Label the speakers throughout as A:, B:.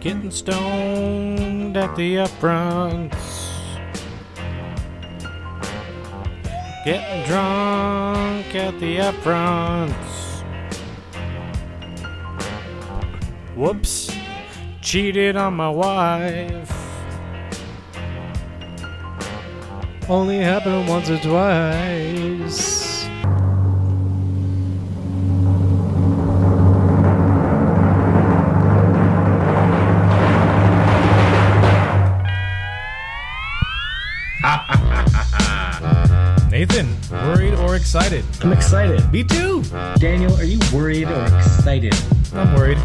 A: Getting stoned at the upfronts. Getting drunk at the upfronts. Whoops. Cheated on my wife. Only happened once or twice.
B: Nathan, worried or excited?
C: I'm excited.
B: Me too.
C: Daniel, are you worried or excited
B: I'm worried.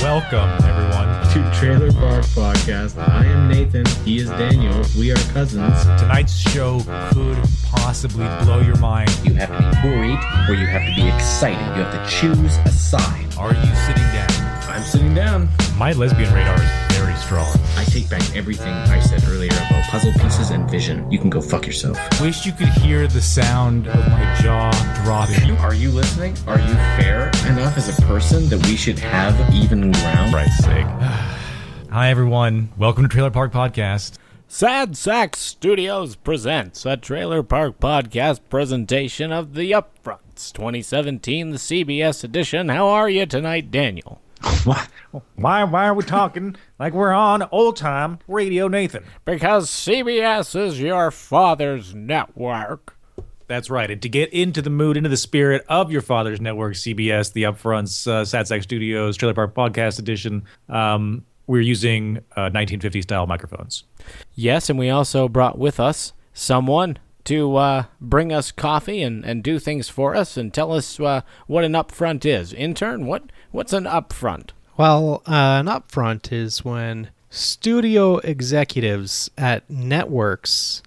B: Welcome, everyone.
C: to Trailer Park Podcast? I am Nathan. He is Daniel. We are cousins.
B: Tonight's show could possibly blow your mind.
D: You have to be worried or you have to be excited. You have to choose a side.
B: Are you sitting down?
C: I'm sitting down.
B: My lesbian radar is very strong.
C: I take back everything I said earlier about puzzle pieces and vision. You can go fuck yourself.
B: Wish you could hear the sound of my jaw dropping.
C: Are you listening? Are you fair enough as a person that we should have even ground?
B: Christ's sake. Hi, everyone. Welcome to Trailer Park Podcast.
A: Sad Sack Studios presents a Trailer Park Podcast presentation of The Upfronts 2017, the CBS edition. How are you tonight, Daniel?
E: Why, why are we talking like we're on old time radio, Nathan?
A: Because CBS is your father's network.
E: That's right. And to get into the mood, into the spirit of your father's network, CBS, the Upfronts, uh, SatSac Studios, Trailer Park Podcast Edition, um, we're using uh, 1950 style microphones.
A: Yes, and we also brought with us someone to uh, bring us coffee and, and do things for us and tell us uh, what an upfront is. Intern, what what's an upfront?
F: Well, uh, an upfront is when studio executives at networks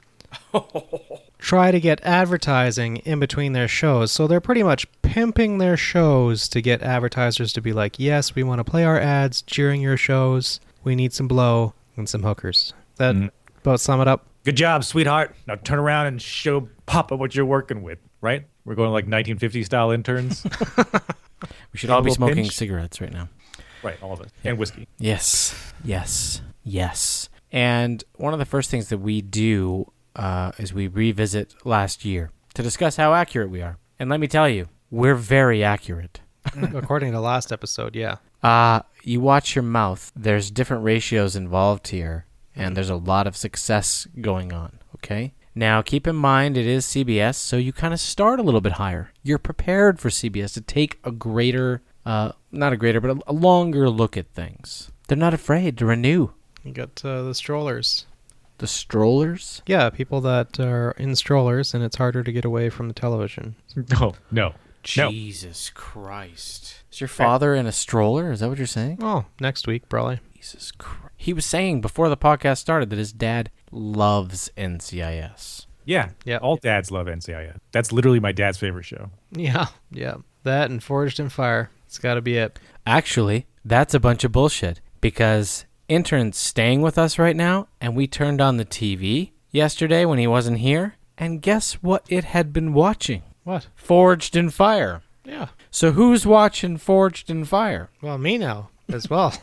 F: try to get advertising in between their shows. So they're pretty much pimping their shows to get advertisers to be like, yes, we want to play our ads during your shows. We need some blow and some hookers. That about sum it up.
E: Good job, sweetheart. Now turn around and show Papa what you're working with, right? We're going like 1950 style interns.
A: We should all be
E: Double
A: smoking
E: pinch?
A: cigarettes right now.
E: right, all of it. And whiskey.
A: Yes, yes, yes. And one of the first things that we do uh, is we revisit last year to discuss how accurate we are. And let me tell you, we're very accurate.
F: According to last episode, yeah.
A: Uh, you watch your mouth, there's different ratios involved here, and there's a lot of success going on, okay? Now, keep in mind it is CBS, so you kind of start a little bit higher. You're prepared for CBS to take a greater, uh, not a greater, but a, a longer look at things. They're not afraid to renew.
F: You got uh, the strollers.
A: The strollers?
F: Yeah, people that are in strollers and it's harder to get away from the television.
E: No, no. No.
A: Jesus Christ. Is your father in a stroller? Is that what you're saying?
F: Oh, next week, probably.
A: Jesus Christ. He was saying before the podcast started that his dad loves NCIS.
E: Yeah,
F: Yeah.
E: All dads love NCIS. That's literally my dad's favorite show.
F: Yeah, yeah. That and Forged in Fire. It's got to be it.
A: Actually, that's a bunch of bullshit because intern's staying with us right now, and we turned on the TV yesterday when he wasn't here, and guess what it had been watching?
F: What?
A: Forged in Fire.
F: Yeah.
A: So who's watching Forged in Fire?
F: Well, me now as well.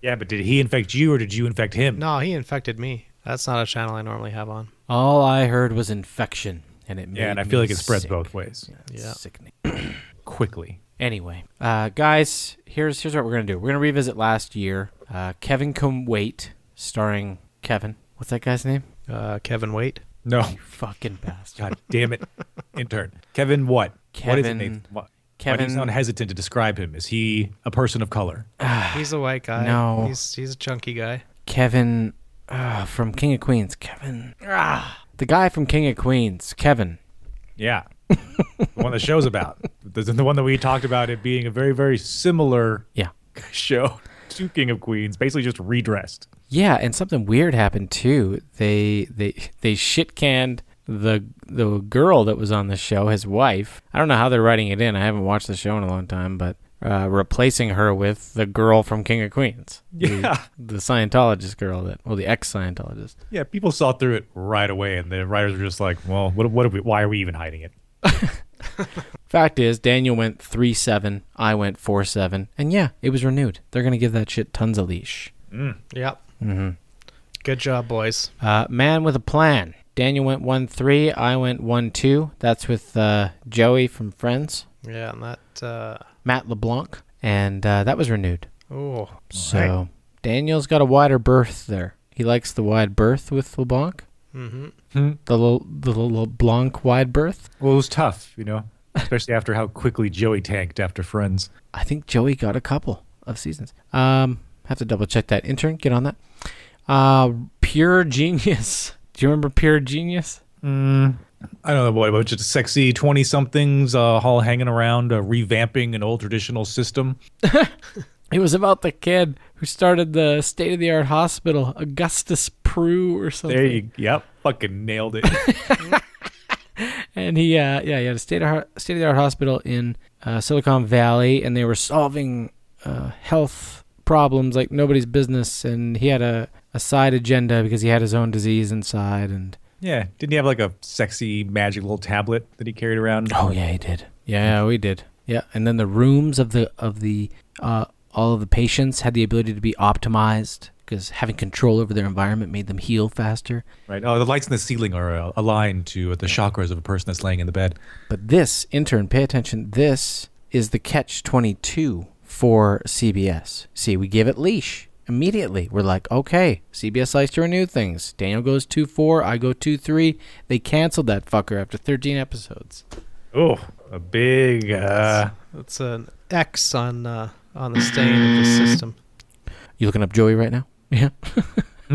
E: Yeah, but did he infect you or did you infect him?
F: no, he infected me. That's not a channel I normally have on.
A: All I heard was infection, and it made
E: Yeah, and I feel
A: me
E: like it spreads
A: sick.
E: both ways
F: Yeah.
A: Sickening.
E: quickly.
A: Anyway, uh, guys, here's here's what we're gonna do. We're gonna revisit last year. Uh, Kevin Come Wait, starring Kevin. What's that guy's name?
F: Uh, Kevin Waite.
E: No,
A: Fucking bastard.
E: God damn it, intern Kevin. What? what is it,
A: Kevin-
E: Nathan? What? Why
A: Kevin-
E: do you sound hesitant to describe him? Is he a person of color?
F: He's a white guy.
A: No.
F: He's he's a chunky guy.
A: Kevin uh, from King of Queens. Kevin. Ah, the guy from King of Queens. Kevin.
E: Yeah, the one the show's about. The, the one that we talked about it being a very very similar
A: Yeah.
E: show to King of Queens, basically just redressed.
A: Yeah, and something weird happened too. They they they shit canned the the girl that was on the show, his wife. I don't know how they're writing it in. I haven't watched the show in a long time, but uh, replacing her with the girl from King of Queens.
E: Yeah.
A: The, the Scientologist girl that well, the ex Scientologist.
E: Yeah, people saw through it right away, and the writers were just like, "Well, what? What? Are we, why are we even hiding it?"
A: Fact is, Daniel went 3 7, I went 4 7, and yeah, it was renewed. They're going to give that shit tons of leash.
E: mm.
F: Yep. Mm-hmm. Good job, boys.
A: Uh, Man with a Plan. Daniel went 1 3, I went 1 2. That's with uh, Joey from Friends,
F: Yeah, and that. Uh,
A: Matt LeBlanc, and uh, that was renewed.
F: oh,
A: So Daniel's got a wider berth there. He likes the wide berth with LeBlanc. Mm-hmm. The Le, the Le- LeBlanc wide berth.
E: Hmm. Well, it was tough, you know, especially after how quickly Joey tanked after Friends.
A: I think Joey got a couple of seasons. Um, have to double check that. Intern, get on that. Uh, Pure Genius. Do you remember Pure Genius?
E: Mm, I don't know what a bunch of sexy twenty somethings uh, all hanging around, uh, revamping an old traditional system.
A: It was about the kid who started the state of the art hospital, Augustus Prue or something.
E: There you, yep, fucking nailed it.
A: and he uh yeah he had a state of state of the art hospital in uh, Silicon Valley, and they were solving uh, health problems like nobody's business. And he had a a side agenda because he had his own disease inside. And
E: yeah, didn't he have like a sexy magic little tablet that he carried around?
A: oh yeah, he did. Yeah, we did. Yeah, and then the rooms of the of the uh, all of the patients had the ability to be optimized because having control over their environment made them heal faster.
E: Right. Oh, the lights in the ceiling are uh, aligned to the chakras of a person that's laying in the bed.
A: But this, intern, pay attention. This is the catch 22 for CBS. See, we give it leash immediately. We're like, okay, CBS likes to renew things. Daniel goes 2 4, I go 2 3. They canceled that fucker after 13 episodes.
E: Oh, a big. Uh,
F: that's an X on uh, on the stain of the system.
A: You looking up Joey right now? Yeah.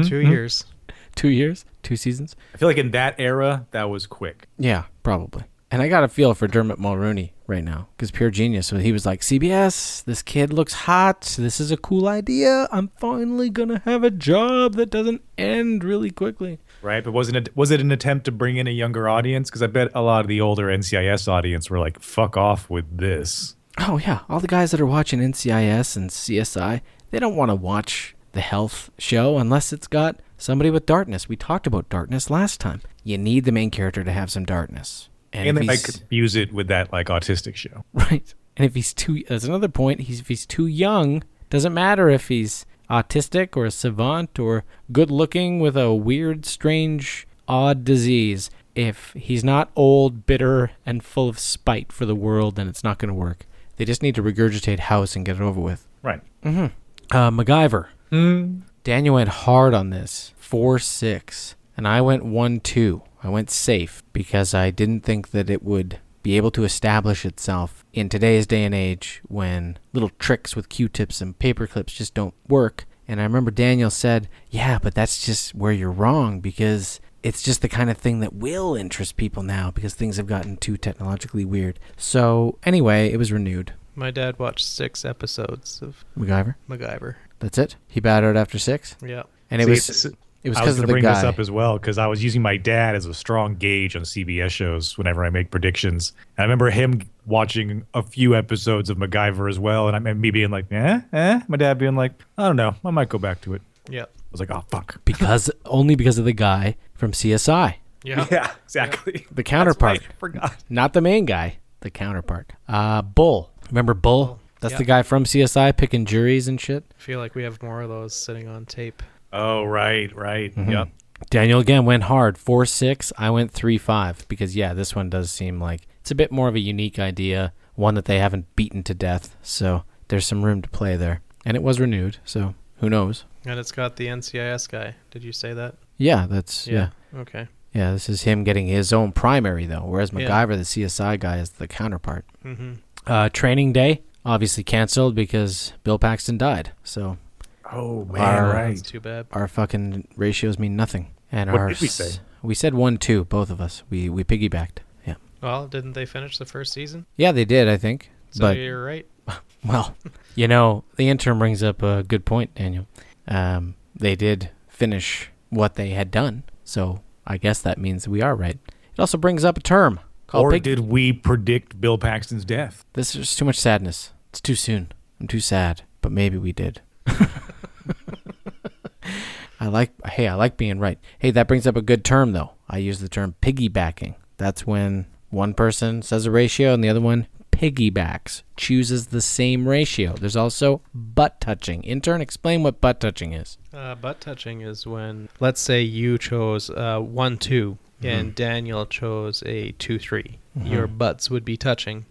F: Two years.
A: two years, two seasons.
E: Hmm? I feel like in that era, that was quick.
A: Yeah, probably. And I got a feel for Dermot Mulrooney right now because pure genius. So he was like, CBS, this kid looks hot. This is a cool idea. I'm finally going to have a job that doesn't end really quickly.
E: Right, but wasn't it was it an attempt to bring in a younger audience? Because I bet a lot of the older NCIS audience were like, "Fuck off with this."
A: Oh, yeah. All the guys that are watching NCIS and CSI, they don't want to watch the health show unless it's got somebody with darkness. We talked about darkness last time. You need the main character to have some darkness.
E: And
A: if
E: they might
A: he's-
E: confuse it with that like autistic show.
A: Right. And if he's too, that's another point. He's if he's too young, doesn't matter if he's autistic or a savant or good looking with a weird, strange, odd disease. If he's not old, bitter, and full of spite for the world, then it's not going to work. They just need to regurgitate house and get it over with.
E: Right.
A: Uh, MacGyver.
E: Mm-hmm.
A: Daniel went hard on this. 4 6. And I went 1 2. I went safe because I didn't think that it would be able to establish itself in today's day and age when little tricks with Q tips and paper clips just don't work. And I remember Daniel said, Yeah, but that's just where you're wrong because it's just the kind of thing that will interest people now because things have gotten too technologically weird. So, anyway, it was renewed.
F: My dad watched six episodes of
A: MacGyver.
F: MacGyver.
A: That's it. He bowed out after six.
F: Yeah.
A: And it
E: See,
A: was
E: this-
A: it was
E: I was
A: because
E: gonna
A: of the
E: bring this
A: guy.
E: up as well because I was using my dad as a strong gauge on CBS shows whenever I make predictions. And I remember him watching a few episodes of MacGyver as well, and I and me being like, "Eh, eh." My dad being like, "I don't know. I might go back to it." I
F: Yep.
E: was like, "Oh fuck."
A: because only because of the guy from CSI,
F: Yeah.
E: Yeah, exactly.
A: the counterpart,
E: I forgot.
A: not the main guy, the counterpart. Uh, Bull. Remember Bull? That's the guy from CSI picking juries and shit.
F: I feel like we have more of those sitting on tape.
E: Oh right, right.
A: Mm-hmm.
E: Yep.
A: Daniel again went hard, four six. I went three five because yeah, this one does seem like it's a bit more of a unique idea, one that they haven't beaten to death. So there's some room to play there, and it was renewed. So who knows?
F: And it's got the NCIS guy. Did you say that?
A: Yeah, that's yeah.
F: Okay.
A: Yeah, this is him getting his own primary though, whereas
F: Yeah.
A: MacGyver, the CSI guy, is the counterpart. Mm-hmm. Uh, training Day obviously canceled because Bill Paxton died, so
E: Oh man,
A: Our-
F: It's
E: right.
F: too bad.
A: our fucking ratios mean nothing. And
E: What
A: our
E: did we
A: s-
E: say?
A: We said one two, both of us. We we piggybacked. Yeah,
F: Well, didn't they finish the first season?
A: yeah, they did. I think,
F: So
A: but
F: you're right.
A: Well, you know, the interim brings up a good point, Daniel. Um, they did finish what they had done, so I guess that means we are right. It also brings up a term called
E: Or
A: pig-
E: did we predict Bill Paxton's death?
A: This is too much sadness. It's too soon. I'm too sad, but maybe we did. I like hey, I like being right. Hey, that brings up a good term though. I use the term piggybacking. That's when One person says a ratio, and the other one piggybacks, chooses the same ratio. There's also butt touching. Intern, explain what butt touching is.
F: Uh, butt touching is when, let's say, you chose uh, one 2
A: Mm-hmm.
F: and Daniel chose a two 3 Your butts would be touching.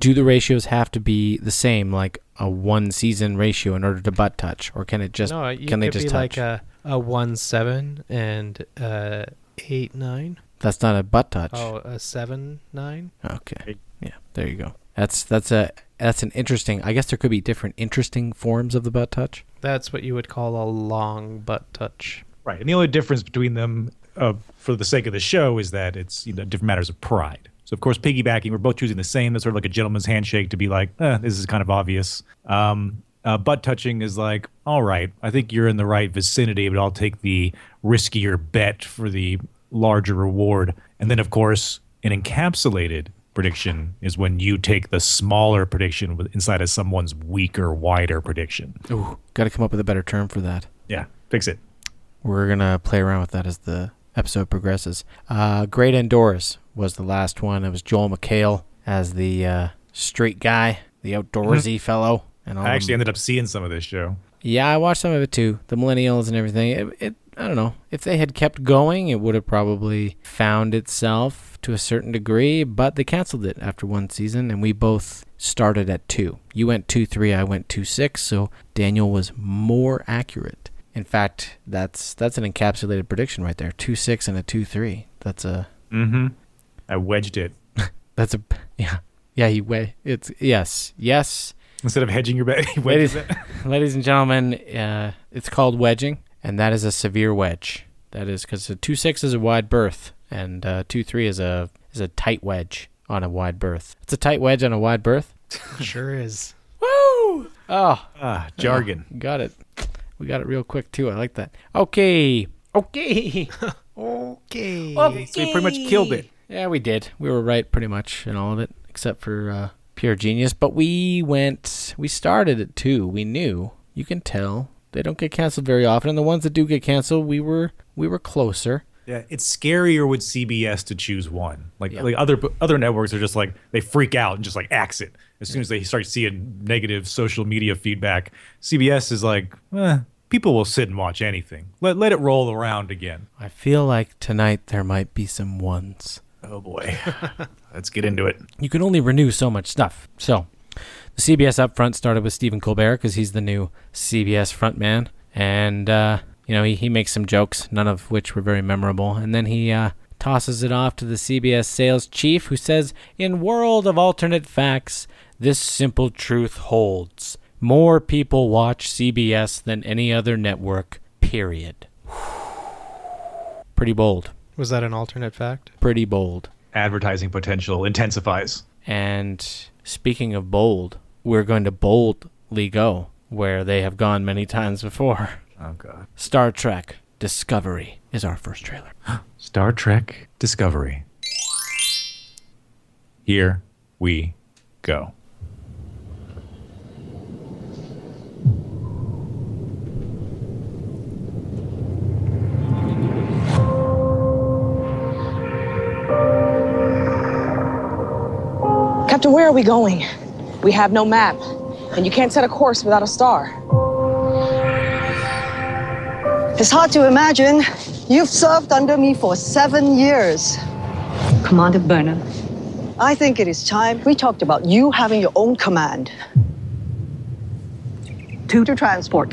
A: Do the ratios have to be the same, like a one season ratio, in order to butt touch, or can it just
F: no, you
A: can they
F: could
A: just
F: be
A: touch?
F: like a, a one seven and uh eight nine.
A: That's not a butt touch.
F: Oh, a seven nine.
E: Oh.
A: Okay. Yeah. There you go. That's that's a that's an interesting. I guess there could be different interesting forms of the butt touch.
F: That's what you would call a long butt touch.
E: Right. And the only difference between them, uh, for the sake of the show, is that it's you know, different matters of pride. So, of course, piggybacking, we're both choosing the same. That's sort of like a gentleman's handshake to be like, eh, this is kind of obvious. Um, uh, butt touching is like, all right, I think you're in the right vicinity, but I'll take the riskier bet for the larger reward. And then, of course, an encapsulated prediction is when you take the smaller prediction with- inside of someone's weaker, wider prediction.
A: Ooh, got to come up with a better term for that.
E: Yeah, fix it.
A: We're gonna play around with that as the episode progresses. Uh, Great Indoors was the last one. It was Joel McHale as the uh, straight guy, the
E: Mm-hmm.
A: outdoorsy fellow, and all
E: I
A: the-
E: actually ended up seeing some of this show.
A: Yeah, I watched some of it too. The millennials and everything. It, it I don't know. If they had kept going, it would have probably found itself to a certain degree, but they canceled it after one season and we both started at 2. You went 2-3, I went 2-6, so Daniel was more accurate. In fact, that's that's an encapsulated prediction right there. 2-6 and a 2-3. That's a
E: Mm-hmm. I wedged it.
A: that's a yeah. Yeah, he way it's yes. Yes.
E: Instead of hedging your bet, he wedged
A: ladies,
E: it.
A: ladies and gentlemen, uh, it's called wedging, and that is a severe wedge. That is because a two six is a wide berth, and uh, two three is a is a tight wedge on a wide berth. It's a tight wedge on a wide berth.
F: Sure is.
A: Woo! Oh,
E: Ah, jargon.
A: got it. We got it real quick too. I like that. Okay, okay.
F: Okay.
E: So he pretty much killed it.
A: yeah, we did. We were right pretty much in all of it, except for uh, pure genius. But we went. We started at two. We knew. You can tell they don't get canceled very often, and the ones that do get canceled, we were we were closer.
E: Yeah, it's scarier with CBS to choose one. Like
A: Yeah.
E: like other other networks are just like they freak out and just like axe it as soon as they start seeing negative social media feedback. CBS is like, eh, people will sit and watch anything. Let let it roll around again.
A: I feel like tonight there might be some ones.
E: Oh boy, let's get into it.
A: You can only renew so much stuff. So, the CBS upfront started with Stephen Colbert because he's the new CBS frontman, and uh, you know he, he makes some jokes, none of which were very memorable. And then he uh, tosses it off to the CBS sales chief, who says, "In world of alternate facts, this simple truth holds: more people watch CBS than any other network. Period." Pretty bold.
F: Was that an alternate fact?
A: Pretty bold.
E: Advertising potential intensifies.
A: And speaking of bold, we're going to boldly go where they have gone many times before.
E: Oh god.
A: Star Trek Discovery is our first trailer.
E: Star Trek Discovery. Here we go.
G: Captain, where are we going? We have no map, and you can't set a course without a star.
H: It's hard to imagine. You've served under me for seven years.
I: Commander Burnham,
H: I think it is time we talked about you having your own command.
I: two to transport.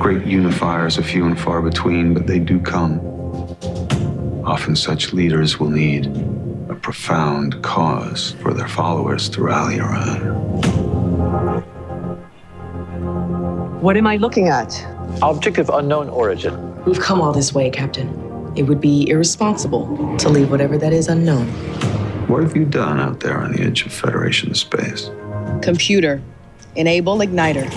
J: Great unifiers are few and far between, but they do come. Often such leaders will need a profound cause for their followers to rally around.
I: What am I looking?
H: Looking at
K: Object of unknown origin.
G: We've come all this way, Captain. It would be irresponsible to leave whatever that is unknown.
J: What have you done out there on the edge of Federation space?
G: Computer, enable igniter.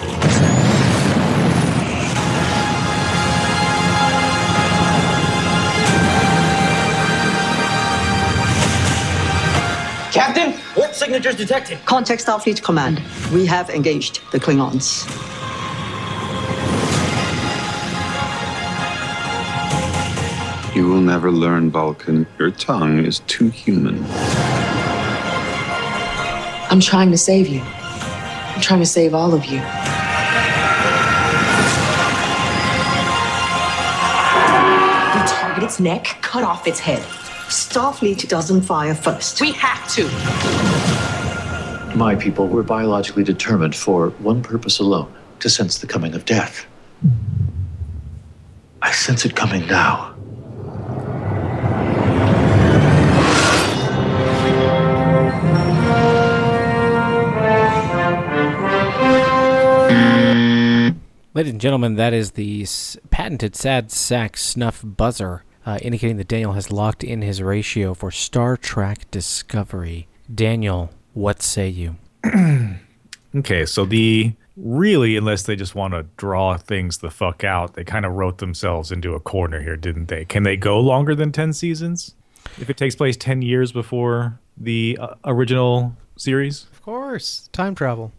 D: Captain, what signatures detected?
I: Contact Starfleet Command. We have engaged the Klingons.
J: You will never learn Vulcan. Your tongue is too human.
G: I'm trying to save you. I'm trying to save all of you.
L: We target its neck, cut off its head.
H: Starfleet doesn't fire first.
L: We have to.
K: My people were biologically determined for one purpose alone to sense the coming of death. I sense it coming now.
A: Ladies and gentlemen, that is the s- patented sad sack snuff buzzer, uh, indicating that Daniel has locked in his ratio for Star Trek Discovery. Daniel, what say you?
E: Okay, so the really, unless they just want to draw things the fuck out, they kind of wrote themselves into a corner here, didn't they? Can they go longer than 10 seasons? If it takes place 10 years before the uh, original series?
F: Of course, time travel.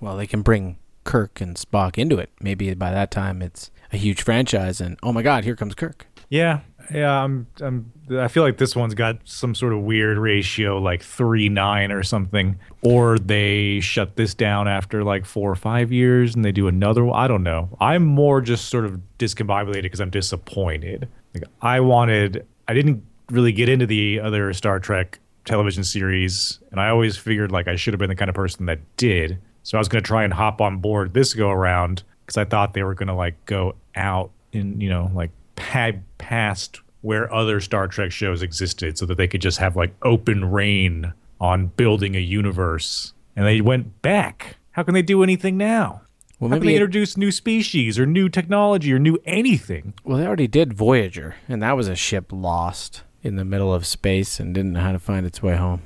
A: Well, they can bring Kirk and Spock into it. Maybe by that time it's a huge franchise, and oh my God, here comes Kirk.
E: Yeah, yeah. I'm, I'm. I feel like this one's got some sort of weird ratio, like three nine or something. Or they shut this down after like four or five years, and they do another. one. I don't know. I'm more just sort of discombobulated because I'm disappointed. Like I wanted. I didn't really get into the other Star Trek television series, and I always figured like I should have been the kind of person that did. So I was going to try and hop on board this go around because I thought they were going to like go out and you know like had passed where other Star Trek shows existed so that they could just have like open reign on building a universe. And they went back. How can they do anything now?
A: Well,
E: How can
A: maybe
E: they
A: it-
E: introduce new species or new technology or new anything?
A: Well, they already did Voyager, and that was a ship lost in the middle of space and didn't know how to find its way home.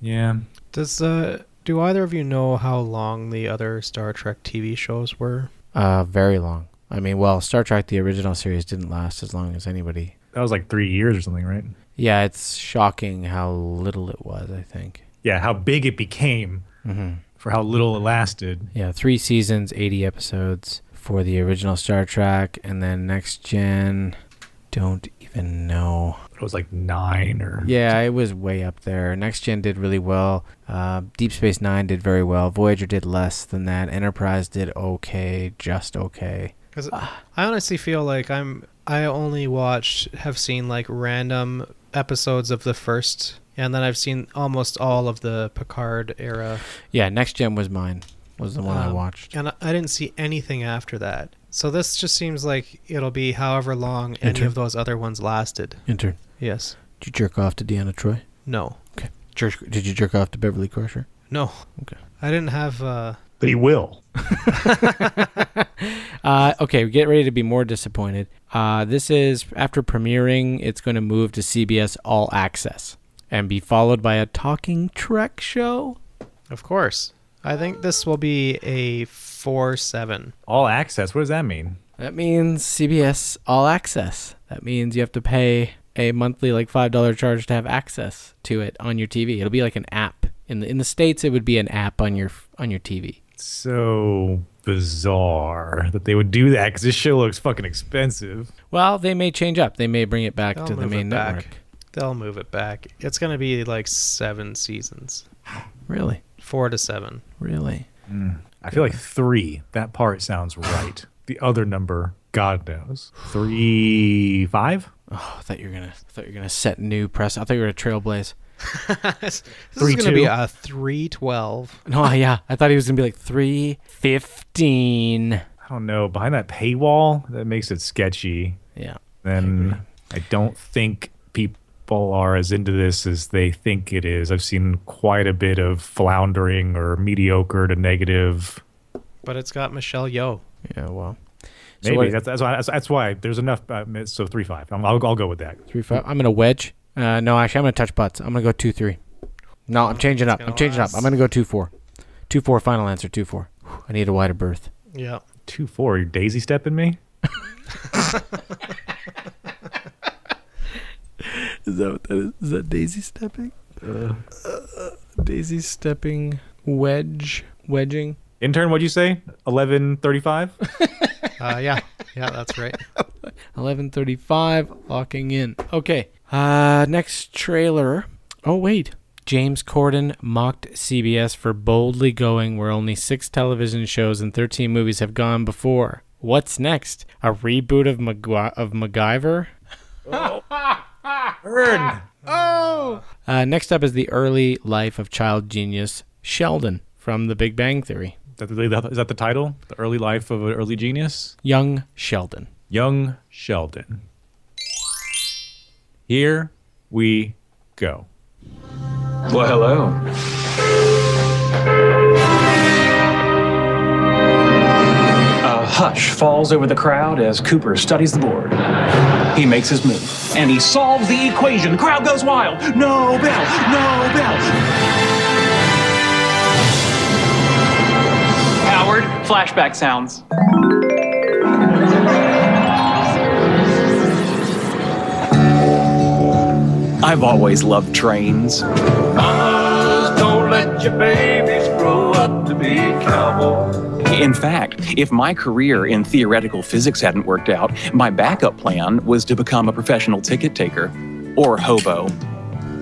E: Yeah.
F: Does uh do either of you know how long the other Star Trek TV shows were?
A: Uh, very long. I mean, well, Star Trek, the original series, didn't last as long as anybody.
E: That was like three years or something, right?
A: Yeah, it's shocking how little it was, I think.
E: Yeah, how big it became
A: Mhm.
E: for how little it lasted.
A: Yeah, three seasons, 80 episodes for the original Star Trek, and then Next Gen, don't even know.
E: It was like nine or.
A: Yeah, it was way up there. Next Gen did really well. Uh, Deep Space Nine did very well. Voyager did less than that. Enterprise did okay, just okay. Ah,
F: 'Cause I honestly feel like I'm I only watched have seen like random episodes of the first and then I've seen almost all of the Picard era.
A: Yeah, Next Gen was mine. Was the one I
F: Um,
A: watched.
F: And I- I didn't see anything after that. So this just seems like it'll be however long any
A: Inter-
F: of those other ones lasted.
A: Intern.
F: Yes.
A: Did you jerk off to Deanna Troy?
F: No.
A: Okay. Jerk, did you jerk off to Beverly Crusher?
F: No.
A: Okay.
F: I didn't have uh
E: But he will.
A: Uh, okay, we get ready to be more disappointed. Uh, this is after premiering. It's going to move to CBS All Access and be followed by a Talking Trek show.
F: Of course. I think this will be a 4 7.
E: All access. What does that mean?
A: That means CBS All Access. That means you have to pay a monthly like five dollar charge to have access to it on your TV. It'll be like an app in the in the states. It would be an app on your on your TV.
E: So bizarre that they would do that because this show looks fucking expensive.
A: Well, they may change up. They may bring it back
F: They'll
A: to the
F: move it
A: main
F: back.
A: network.
F: They'll move it back. It's going to be like 7 seasons.
A: Really,
F: 4 to 7.
A: really.
E: Mm. I feel like three. That part sounds right. the other number, God knows. Three, five?
A: Oh, I thought you were gonna I thought you were gonna set new press. I thought you were gonna trailblaze.
F: this
E: Three,
F: is going to be
E: two?
F: a 312.
A: No, yeah, I thought he was gonna be like three fifteen.
E: I don't know. Behind that paywall, that makes it sketchy.
A: Yeah,
E: Then I don't think people are as into this as they think it is. I've seen quite a bit of floundering or mediocre to negative.
F: But it's got Michelle Yeoh.
A: yeah. Well, So
E: Maybe
A: what-
E: that's, that's why. That's, that's why there's enough. Uh, so three five. I'm, I'll, I'll go with that.
A: three five. I'm gonna wedge. Uh, no, actually, I'm gonna touch butts. I'm gonna go two three. No, I'm changing up.
F: gonna
A: I'm changing up.
F: last.
A: I'm gonna go two four. Two four. Final answer. Two four. Whew, I need a wider berth.
F: Yeah.
E: Two four. You're daisy stepping me.
A: Is that what that is? Is that daisy stepping? Uh, daisy stepping wedge wedging.
E: Intern, what'd you say? Eleven thirty-five.
F: Uh, yeah. Yeah, that's right.
A: 11:35, locking in. Okay. Uh, next trailer. Oh wait, James Corden mocked CBS for boldly going where only six television shows and 13 movies have gone before. What's next? A reboot of MacGy- of MacGyver?
E: Burn.
A: Oh. Uh, next up is the early life of child genius Sheldon from The Big Bang Theory.
E: Is that the, is that the title? The early life of an early genius?
A: Young Sheldon.
E: Young Sheldon. Here we go.
J: Well, hello.
M: A hush falls over the crowd as Cooper studies the board. He makes his move, and he solves the equation. The crowd goes wild. No bell, no bell. Howard, flashback sounds.
N: I've always loved trains.
O: Don't let your babies grow up to be cowboys.
N: In fact, if my career in theoretical physics hadn't worked out, my backup plan was to become a professional ticket taker or hobo.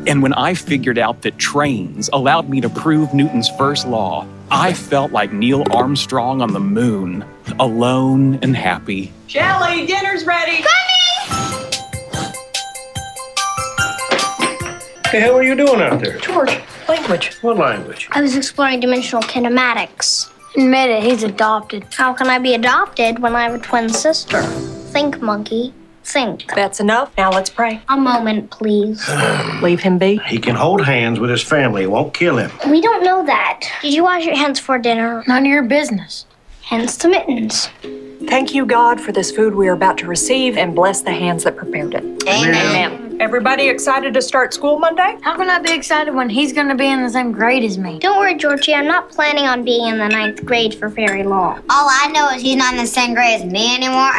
N: And when I figured out that trains allowed me to prove Newton's first law, I felt like Neil Armstrong on the moon, alone and happy.
L: Shelly, dinner's ready.
O: Hey, hell are you doing out there?
P: George, language.
O: What language?
P: I was exploring dimensional kinematics. Admit it, he's adopted. How can I be adopted when I have a twin sister? Think, monkey. Think.
L: That's enough. Now let's pray.
P: A moment, please.
L: Leave him be.
O: He can hold hands with his family. It won't kill him.
P: We don't know that. Did you wash your hands for dinner? None of your business. Hence the mittens.
L: Thank you, God, for this food we are about to receive and bless the hands that prepared it. Amen. Everybody excited to start school Monday?
P: How can I be excited when he's going to be in the same grade as me? Don't worry, Georgie. I'm not planning on being in the ninth grade for very long. All I know is he's not in the same grade as me anymore.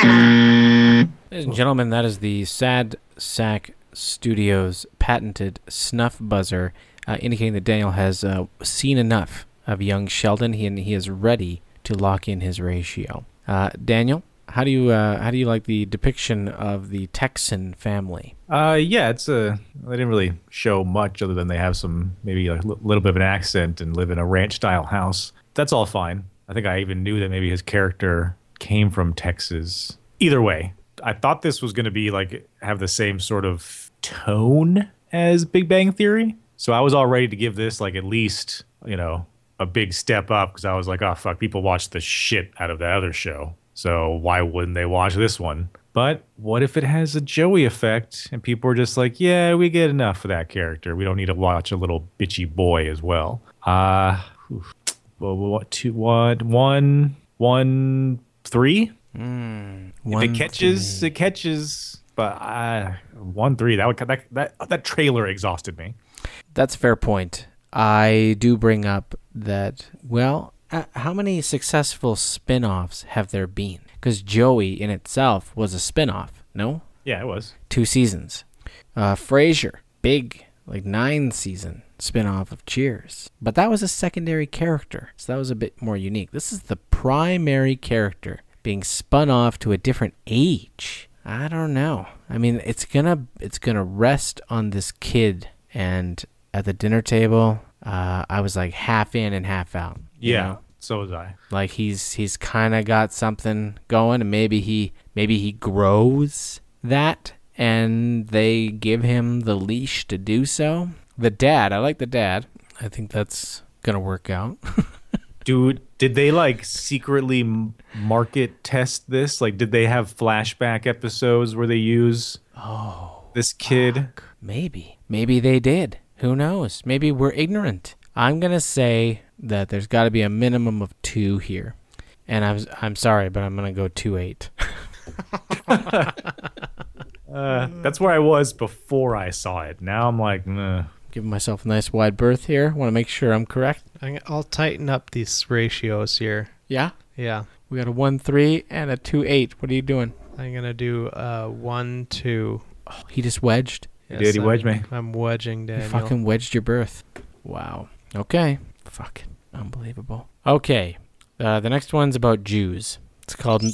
A: Ladies and gentlemen, that is the Sad Sack Studios patented snuff buzzer, uh, indicating that Daniel has uh, seen enough of young Sheldon. He and he is ready to lock in his ratio. Uh, Daniel, how do you uh, how do you like the depiction of the Texan family?
E: Uh, yeah, it's a. They didn't really show much other than they have some maybe a li- little bit of an accent and live in a ranch style house. That's all fine. I think I even knew that maybe his character came from Texas. Either way, I thought this was going to be like have the same sort of tone as Big Bang Theory. So I was all ready to give this like at least you know a big step up because I was like, oh fuck, people watch the shit out of that other show. So why wouldn't they watch this one? But what if it has a Joey effect and people are just like, yeah, we get enough of that character. We don't need to watch a little bitchy boy as well. Uh, oof. Well, what, two, what, one, one, three?
A: Mm,
E: if it catches, it catches. But uh, one, three, that, would, that, that, that trailer exhausted me.
A: That's a fair point. I do bring up that, well, uh, how many successful spin offs have there been? Because Joey in itself was a spin off, no?
E: Yeah, it was.
A: Two seasons. Uh, Frasier, big, like nine season spin off of Cheers. But that was a secondary character, so that was a bit more unique. This is the primary character being spun off to a different age. I don't know. I mean, it's gonna it's gonna rest on this kid and at the dinner table, uh, I was like half in and half out. you
E: Yeah,
A: know?
E: so was I.
A: like he's he's kind of got something going, and maybe he maybe he grows that, and they give him the leash to do so. The dad, I like the dad. I think that's gonna work out.
E: Dude, did they like secretly m- market test this? Like, did they have flashback episodes where they use
A: oh
E: this kid?
A: Maybe. Maybe they did. Who knows? Maybe we're ignorant. I'm going to say that there's got to be a minimum of 2 here. And I'm I'm sorry, but I'm going to go 2 8.
E: Uh, that's where I was before I saw it. Now I'm like, nah.
A: Giving myself a nice wide berth here. Want to make sure I'm correct.
F: I- I'll tighten up these ratios here.
A: Yeah?
F: Yeah.
A: We got a 1 3 and a 2 8. What are you doing?
F: I'm going to do uh, one, two.
A: He just wedged.
E: He did, he
F: I'm-
E: wedged me.
F: I'm wedging Daniel.
A: You fucking wedged your berth. Wow. Okay. Fuck. Unbelievable. Okay. Uh, the next one's about Jews. It's called.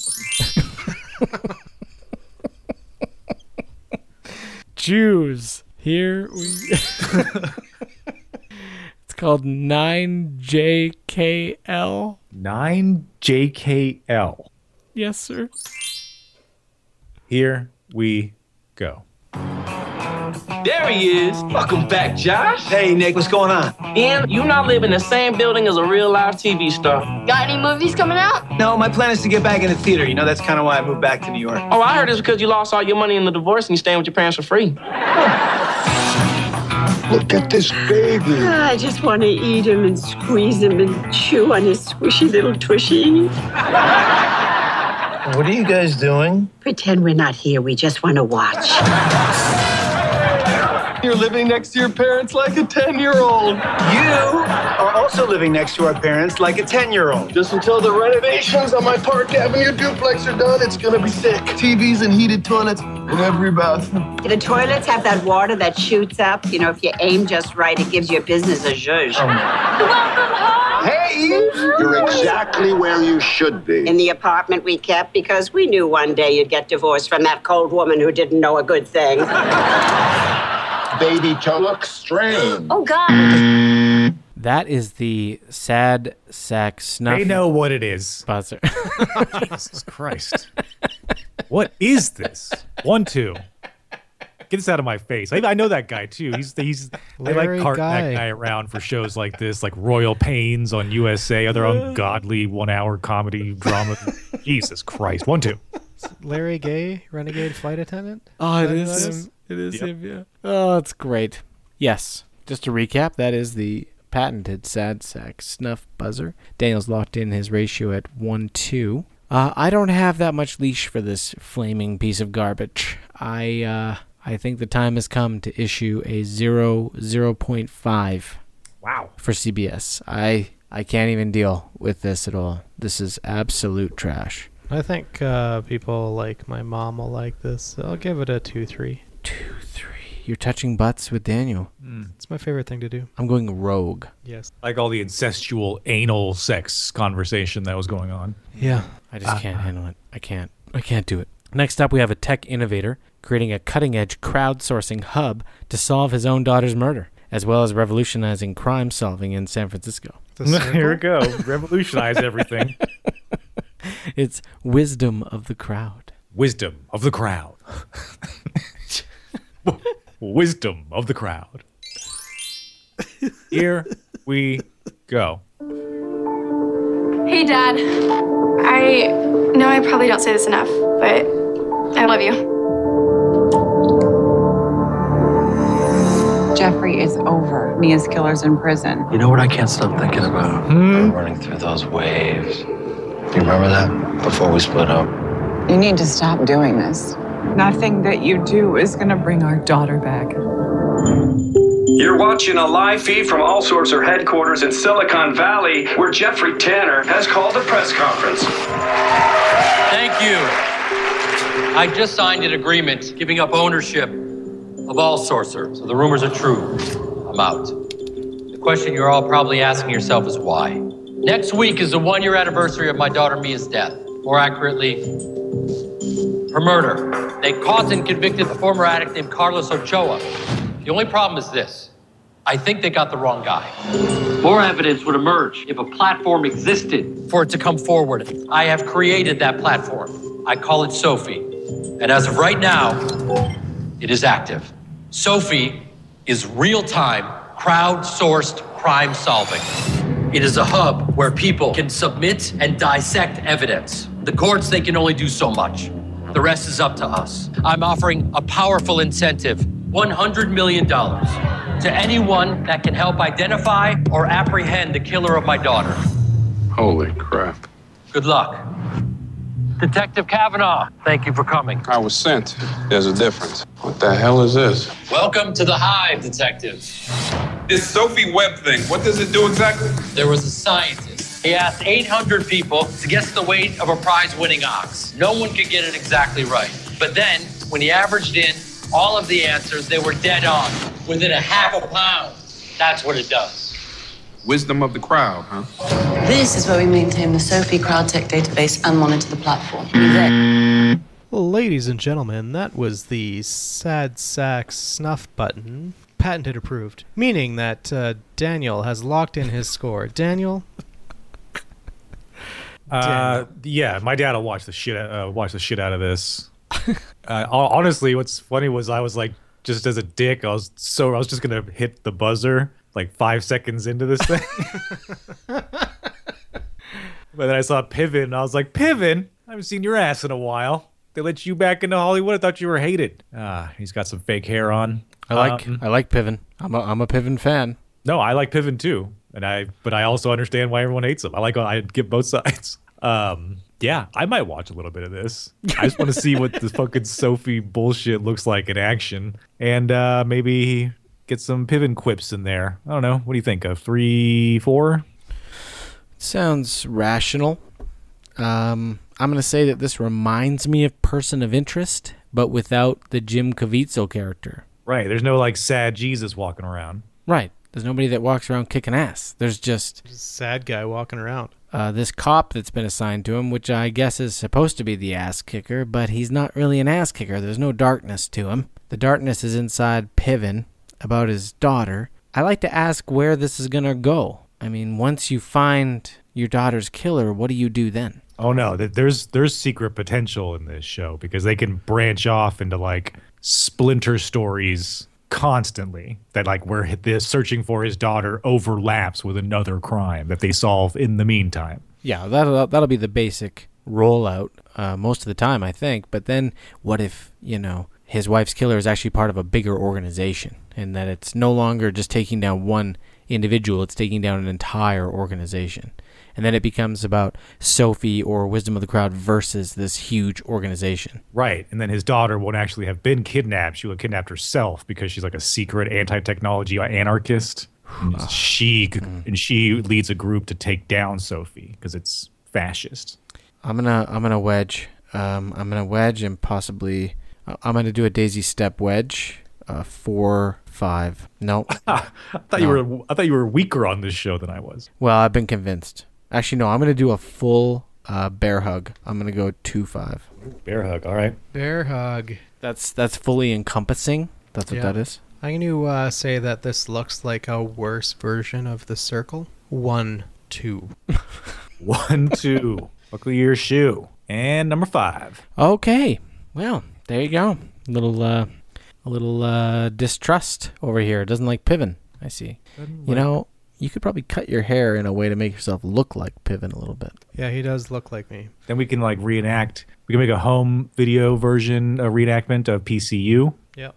A: Jews. Here we. it's called 9JKL.
E: 9JKL.
A: Yes, sir.
E: Here we go.
Q: There he is. Welcome back, Josh. Hey, Nick, what's going on?
R: Ian, you not live in the same building as a real live TV star.
Q: Got any movies coming out?
R: No,
Q: my plan is to get back in the theater. You know, that's kind of why I moved back to New York.
R: Oh, I heard it's because you lost all your money in the divorce and you staying with your parents for free.
S: Look at this baby.
T: I just want to eat him and squeeze him and chew on his squishy little tushy.
S: What are you guys doing?
T: Pretend we're not here. We just want to watch.
Q: You're living next to your parents like a 10 year old.
S: You are also living next to our parents like a 10 year old.
Q: Just until the renovations on my Park Avenue duplex are done, it's gonna be sick. TVs and heated toilets in every bathroom.
T: Do the toilets have that water that shoots up? You know, if you aim just right, it gives your business a zhuzh.
P: Oh,
Q: Welcome home! Hey,
S: You're exactly where you should be.
T: In the apartment we kept because we knew one day you'd get divorced from that cold woman who didn't know a good thing.
S: Baby, to look strange.
P: Oh, God.
A: That is the sad sack snuff.
E: They know what it is.
A: Sponsor.
E: Jesus Christ. What is this? One, two. Get this out of my face. I, I know that guy too. He's he's they
F: Larry
E: like cart
F: Guy.
E: that guy around for shows like this, like Royal Pains on USA, other ungodly one hour comedy drama. Jesus Christ. One, two.
F: Larry Gay, renegade flight attendant.
A: Oh, it
F: Is
A: is
F: that who that
A: him. It is him, yeah. Oh, it's great. Yes. Just to recap, that is the patented sad sack snuff buzzer. Daniel's locked in his ratio at 1 2. Uh, I don't have that much leash for this flaming piece of garbage. I uh, I think the time has come to issue a 0, 0.5.
E: Wow.
A: For CBS. I, I can't even deal with this at all. This is absolute trash.
F: I think uh, people like my mom will like this. I'll give it a two three.
A: You're touching butts with Daniel.
F: It's my favorite thing to do.
A: I'm going rogue.
F: Yes.
E: Like all the incestual anal sex conversation that was going on.
A: Yeah. Ah. I just can't handle it. I can't. I can't do it. Next up, we have a tech innovator creating a cutting edge crowdsourcing hub to solve his own daughter's murder, as well as revolutionizing crime solving in San Francisco.
E: Here we go. Revolutionize everything.
A: It's wisdom of the crowd.
E: Wisdom of the crowd. Wisdom of the crowd. Here we go.
U: Hey, Dad. I know I probably don't say this enough, but I love you.
V: Jeffrey is over. Mia's killer's in prison.
K: You know what I can't stop thinking about?
V: Hmm?
K: Running through those waves. You remember that? Before we split up.
V: You need to stop doing this. Nothing that you do is going to bring our daughter back.
W: You're watching a live feed from AllSourcer headquarters in Silicon Valley, where Jeffrey Tanner has called a press conference.
X: Thank you. I just signed an agreement giving up ownership of all sorcerer. So the rumors are true. I'm out. The question you're all probably asking yourself is why. Next week is the one year anniversary of my daughter Mia's death. More accurately, her murder. They caught and convicted the former addict named Carlos Ochoa. The only problem is this I think they got the wrong guy. More evidence would emerge if a platform existed for it to come forward. I have created that platform. I call it Sophie. And as of right now, it is active. Sophie is real time, crowd sourced crime solving. It is a hub where people can submit and dissect evidence. The courts, they can only do so much. The rest is up to us. I'm offering a powerful incentive $100 million to anyone that can help identify or apprehend the killer of my daughter.
J: Holy crap.
X: Good luck. Detective Kavanaugh, thank you for coming.
J: I was sent. There's a difference. What the hell is this?
X: Welcome to the Hive, Detective.
Y: This Sophie Webb thing, what does it do exactly?
X: There was a scientist. He asked 800 people to guess the weight of a prize winning ox. No one could get it exactly right. But then, when he averaged in all of the answers, they were dead on, within a half a pound. That's what it does.
Y: Wisdom of the crowd, huh?
V: This is where we maintain the Sophie CrowdTech database and monitor the platform.
F: Ladies and gentlemen, that was the sad sack snuff button, patented approved, meaning that uh, Daniel has locked in his score. Daniel,
E: Uh, yeah, my dad will watch the shit uh, watch the shit out of this. uh, hon- honestly, what's funny was I was like, just as a dick, I was so I was just gonna hit the buzzer like five seconds into this thing. but then I saw Piven, and I was like, Piven, I haven't seen your ass in a while. They let you back into Hollywood. I thought you were hated. Ah, he's got some fake hair on.
A: I like
E: Um,
A: I like Piven. I'm a I'm a Piven fan.
E: no, I like Piven too, and I but I also understand why everyone hates him. I like I get both sides. Um, yeah, I might watch a little bit of this. I just want to see what the fucking Sophie bullshit looks like in action, and uh, maybe get some Piven quips in there. I don't know. What do you think? A three, four?
A: Sounds rational. Um, I'm going to say that this reminds me of Person of Interest, but without the Jim Caviezel character.
E: Right. There's no like sad Jesus walking around.
A: Right. There's nobody that walks around kicking ass. There's just
F: sad guy walking around.
A: uh, this cop that's been assigned to him, which I guess is supposed to be the ass kicker, but he's not really an ass kicker. There's no darkness to him. The darkness is inside Piven about his daughter. I like to ask where this is going to go. I mean, once you find your daughter's killer, what do you do then?
E: Oh no, th- there's there's secret potential in this show because they can branch off into like splinter stories constantly that like where h- this searching for his daughter overlaps with another crime that they solve in the meantime.
A: Yeah, that'll that'll be the basic rollout uh, most of the time, I think. But then, what if you know his wife's killer is actually part of a bigger organization, and that it's no longer just taking down one individual; it's taking down an entire organization. And then it becomes about Sophie or Wisdom of the Crowd versus this huge organization.
E: Right. And then his daughter won't actually have been kidnapped. She will have kidnapped herself because she's like a secret anti-technology anarchist. And she c- and she leads a group to take down Sophie because it's fascist.
A: I'm gonna I'm gonna wedge. Um, I'm gonna wedge and possibly I- I'm gonna do a daisy step wedge. Uh, four five. No.
E: I thought you were I thought you were weaker on this show than I was.
A: Well, I've been convinced. Actually, no, I'm going to do a full uh, bear hug. I'm going to go 2 5.
E: Bear hug, all right.
F: Bear hug.
A: That's that's fully encompassing. That's what
F: Yeah.
A: that is.
F: I'm going to uh, say that this looks like a worse version of the circle. One, two.
E: One, two. Buckle your shoe. And number five.
A: Okay. Well, there you go. Little uh a little uh distrust over here. Doesn't like Piven. I see.
F: Doesn't
A: You
F: like-
A: know, you could probably cut your hair in a way to make yourself look like Piven a little bit.
F: Yeah, he does look like me.
E: Then we can like reenact. We can make a home video version, a reenactment of PCU.
F: Yep.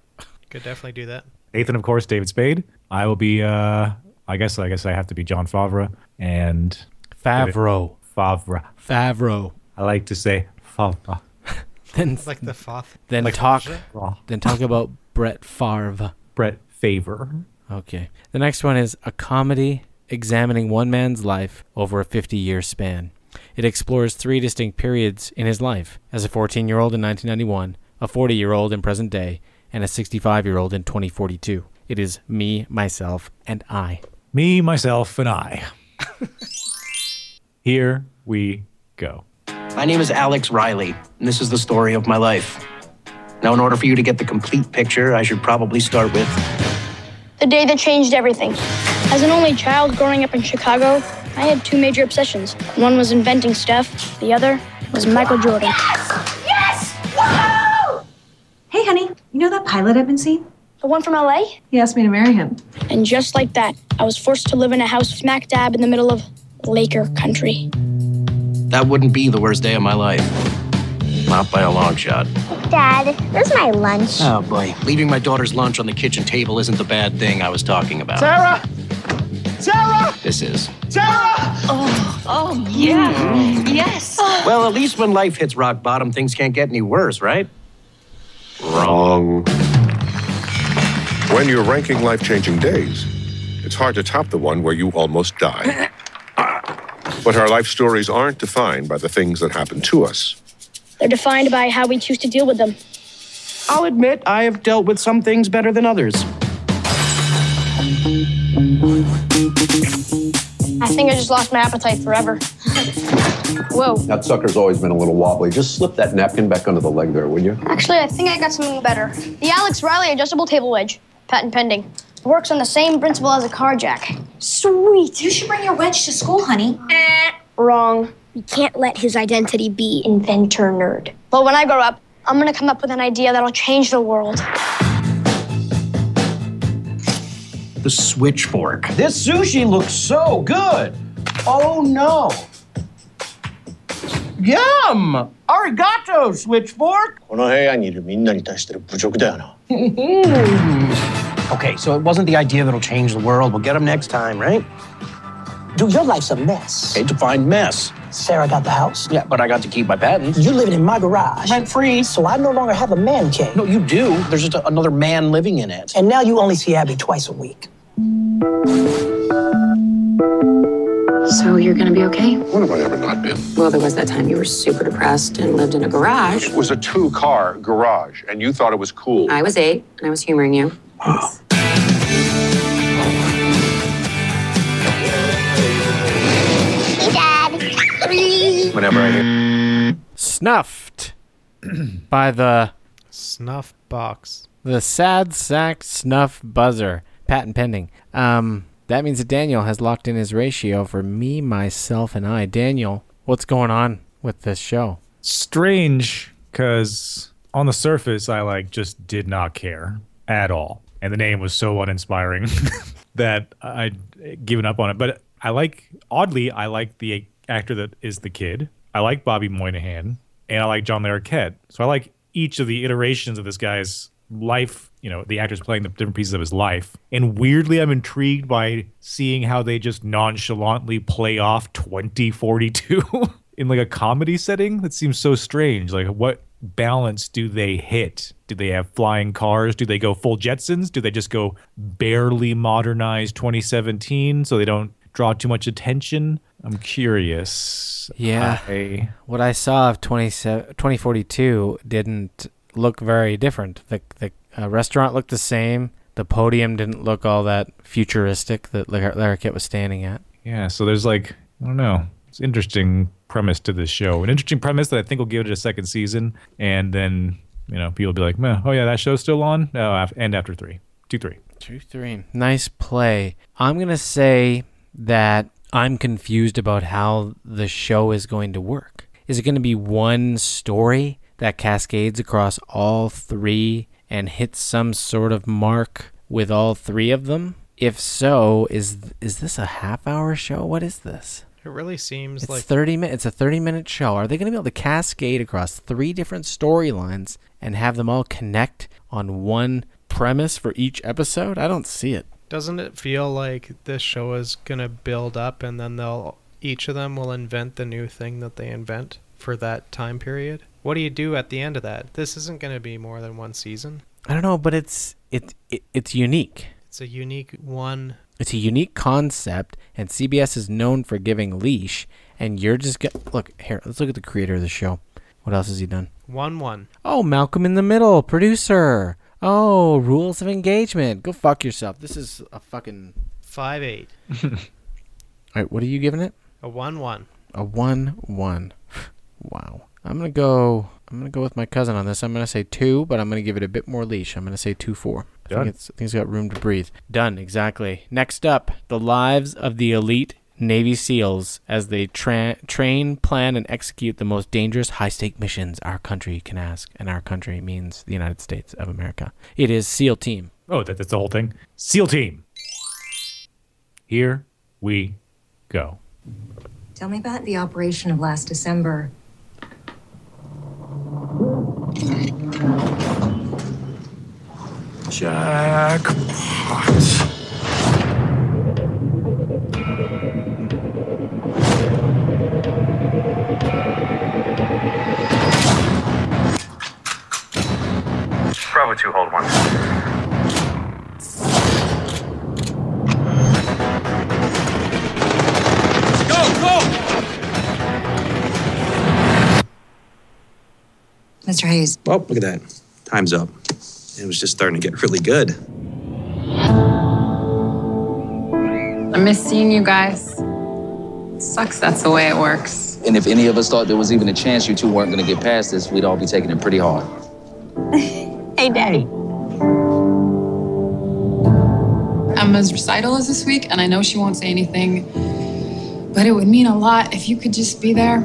F: Could definitely do that.
E: Nathan, of course, David Spade. I will be. uh I guess. I guess I have to be John Favre and
A: Favreau.
E: Favre.
A: Favreau.
E: I like to say Favre.
A: Then
F: Like the Foth.
A: then
F: Like
A: talk
E: Favre.
A: then talk about Brett Favre.
E: Brett Favre.
A: Okay. The next one is a comedy examining one man's life over a 50 year span. It explores three distinct periods in his life as a 14 year old in 1991, a 40 year old in present day, and a 65 year old in 2042. It is me, myself, and I.
E: Me, myself, and I. Here we go.
B: My name is Alex Riley, and this is the story of my life. Now, in order for you to get the complete picture, I should probably start with
C: The day that changed everything. As an only child growing up in Chicago, I had two major obsessions. One was inventing stuff, the other was Michael Jordan.
D: Yes! Whoa! Hey, honey, you know that pilot I've been seeing?
C: The one from LA?
D: He asked me to marry him.
C: And just like that, I was forced to live in a house smack dab in the middle of Laker country.
B: that wouldn't be the worst day of my life. Not by a long shot.
C: Dad, where's my lunch?
B: Oh boy. Leaving my daughter's lunch on the kitchen table isn't the bad thing I was talking about.
C: Sarah!
D: Sarah!
B: This is.
D: Sarah! Oh, oh, yeah. Yes.
B: Well, at least when life hits rock bottom, things can't get any worse, right?
G: Wrong. When you're ranking life changing days, it's hard to top the one where you almost die. But our life stories aren't defined by the things that happen to us.
C: They're defined by how we choose to deal with them.
B: I'll admit I have dealt with some things better than others.
C: I think I just lost my appetite forever. Whoa.
H: That sucker's always been a little wobbly. Just slip that napkin back under the leg there, would you?
C: Actually, I think I got something better. The Alex Riley adjustable table wedge, patent pending. Works on the same principle as a car jack.
D: Sweet. You should bring your wedge to school, honey.
C: Eh. Wrong. You can't let his identity be inventor nerd. But when I grow up, I'm gonna come up with an idea that'll change the world.
B: The switch fork.
I: This sushi looks so good. Oh no. Yum! Arigato, switchfork! この部屋にいるみんなに対 してる侮辱だよな。Hmm.
B: Okay, so it wasn't the idea that'll change the world. We'll get them next time, right?
I: Dude, your life's a mess. Hate to find mess. Sarah got the house.
B: Yeah, but I got to keep my patent.
I: You're living in my garage. Rent free. So I no longer have a man cave.
B: No, you do. There's just a, another man living in it.
I: And now you only see Abby twice a week.
M: So you're gonna be okay?
G: When have I ever not been?
M: Well, there was that time you were super depressed and lived in a garage.
G: It was a two car garage, and you thought it was cool.
M: I was eight and I was humoring you.
C: Hey, Dad.
G: Whenever I hear.
A: Snuffed by the
F: snuff box.
A: the sad sack snuff buzzer. Patent pending. Um, that means that Daniel has locked in his ratio for me, myself, and I. Daniel, what's going on with this show?
E: strange because on the surface i like just did not care at all and the name was so uninspiring that i'd given up on it but i like oddly i like the actor that is the kid i like bobby moynihan and i like john larroquette so i like each of the iterations of this guy's life you know the actors playing the different pieces of his life and weirdly i'm intrigued by seeing how they just nonchalantly play off 2042 in like a comedy setting that seems so strange like what balance do they hit do they have flying cars do they go full jetsons do they just go barely modernized 2017 so they don't draw too much attention i'm curious
A: Yeah.
E: I-
A: What I saw of 27 2042 didn't look very different. The, the uh, restaurant looked the same. The podium didn't look all that futuristic that Lar- Larroquette was standing at.
E: Yeah, so there's like I don't know. It's an interesting premise to this show. An interesting premise that I think will give it a second season, and then you know people will be like, "Meh, "Oh yeah, that show's still on." No, af- end after three, two, three.
A: Two, three. Nice play. I'm going to say that I'm confused about how the show is going to work. Is it going to be one story that cascades across all three and hits some sort of mark with all three of them? If so, is is this a half hour show? What is this?
F: It really seems
A: It's
F: like
A: 30 minutes. It's a 30 minute show. Are they going to be able to cascade across three different storylines and have them all connect on one premise for each episode? I don't see it.
F: doesn't it feel like this show is gonna build up and then they'll each of them will invent the new thing that they invent for that time period? What do you do at the end of that? This isn't gonna be more than one season.
A: I don't know, but it's it, it it's unique.
F: It's a unique one.
A: It's a unique concept, and CBS is known for giving leash. And you're just go- look here. Let's look at the creator of the show. What else has he done?
F: One one.
A: Oh, Malcolm in the Middle, producer. Oh, Rules of Engagement. Go fuck yourself. This is a fucking.
F: Five eight.
A: All right, what are you giving it?
F: A one one.
A: A one one. Wow. I'm gonna go. I'm gonna go with my cousin on this. I'm gonna say two, but I'm gonna give it a bit more leash. I'm gonna say two four. I
E: Done.
A: think, it's, I think it's got room to breathe. Done. Exactly. Next up, the lives of the elite Navy SEALs as they tra- train, plan, and execute the most dangerous high-stake missions our country can ask, and our country means the United States of America. It is SEAL Team.
E: Oh, that, that's the whole thing. SEAL team. Here we go.
N: Tell me about the operation of last December.
I: Jackpot.
O: Bravo 2, hold one.
I: Go, go!
N: Mr. Hayes,
O: Well, Oh, look at that. Time's up. It was just starting to get really good.
V: I miss seeing you guys. Sucks that's the way it works.
L: And if any of us thought there was even a chance you two weren't going to get past this, we'd all be taking it pretty hard.
M: Hey, Daddy.
Q: Emma's recital is this week, and I know she won't say anything, but it would mean a lot if you could just be there.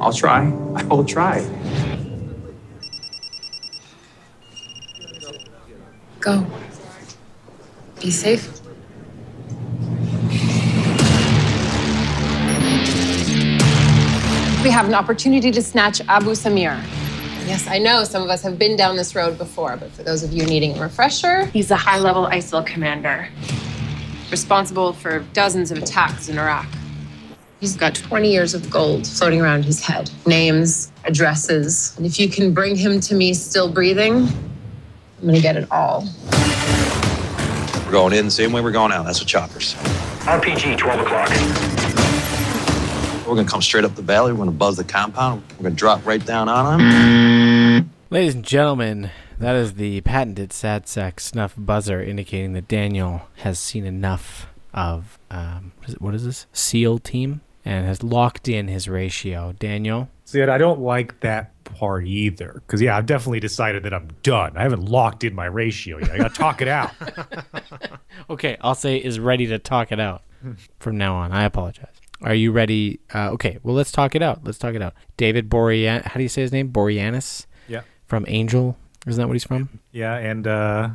O: I'll try. I will try.
Q: Go. Be safe.
R: We have an opportunity to snatch Abu Samir. Yes, I know some of us have been down this road before, but for those of you needing a refresher, he's a high level ISIL commander responsible for dozens of attacks in Iraq. He's got 20 years of gold floating around his head names, addresses. And if you can bring him to me still breathing, I'm going to get it all.
O: We're going in the same way we're going out. That's what choppers.
W: RPG, 12 o'clock.
O: We're gonna come straight up the valley. We're gonna buzz the compound. We're gonna drop right down on them.
A: Ladies and gentlemen, that is the patented sad sack snuff buzzer indicating that Daniel has seen enough of um, what is it- what is this SEAL team and has locked in his ratio. Daniel,
E: See, and I don't like that part either. Because, yeah, I've definitely decided that I'm done. I haven't locked in my ratio yet. I got to talk it out.
A: okay, I'll say is ready to talk it out from now on. I apologize. Are you ready? Uh, okay, well let's talk it out. Let's talk it out. David Borean, how do you say his name? Boreanis.
E: Yeah.
A: From Angel, isn't that what he's from?
E: Yeah, and uh,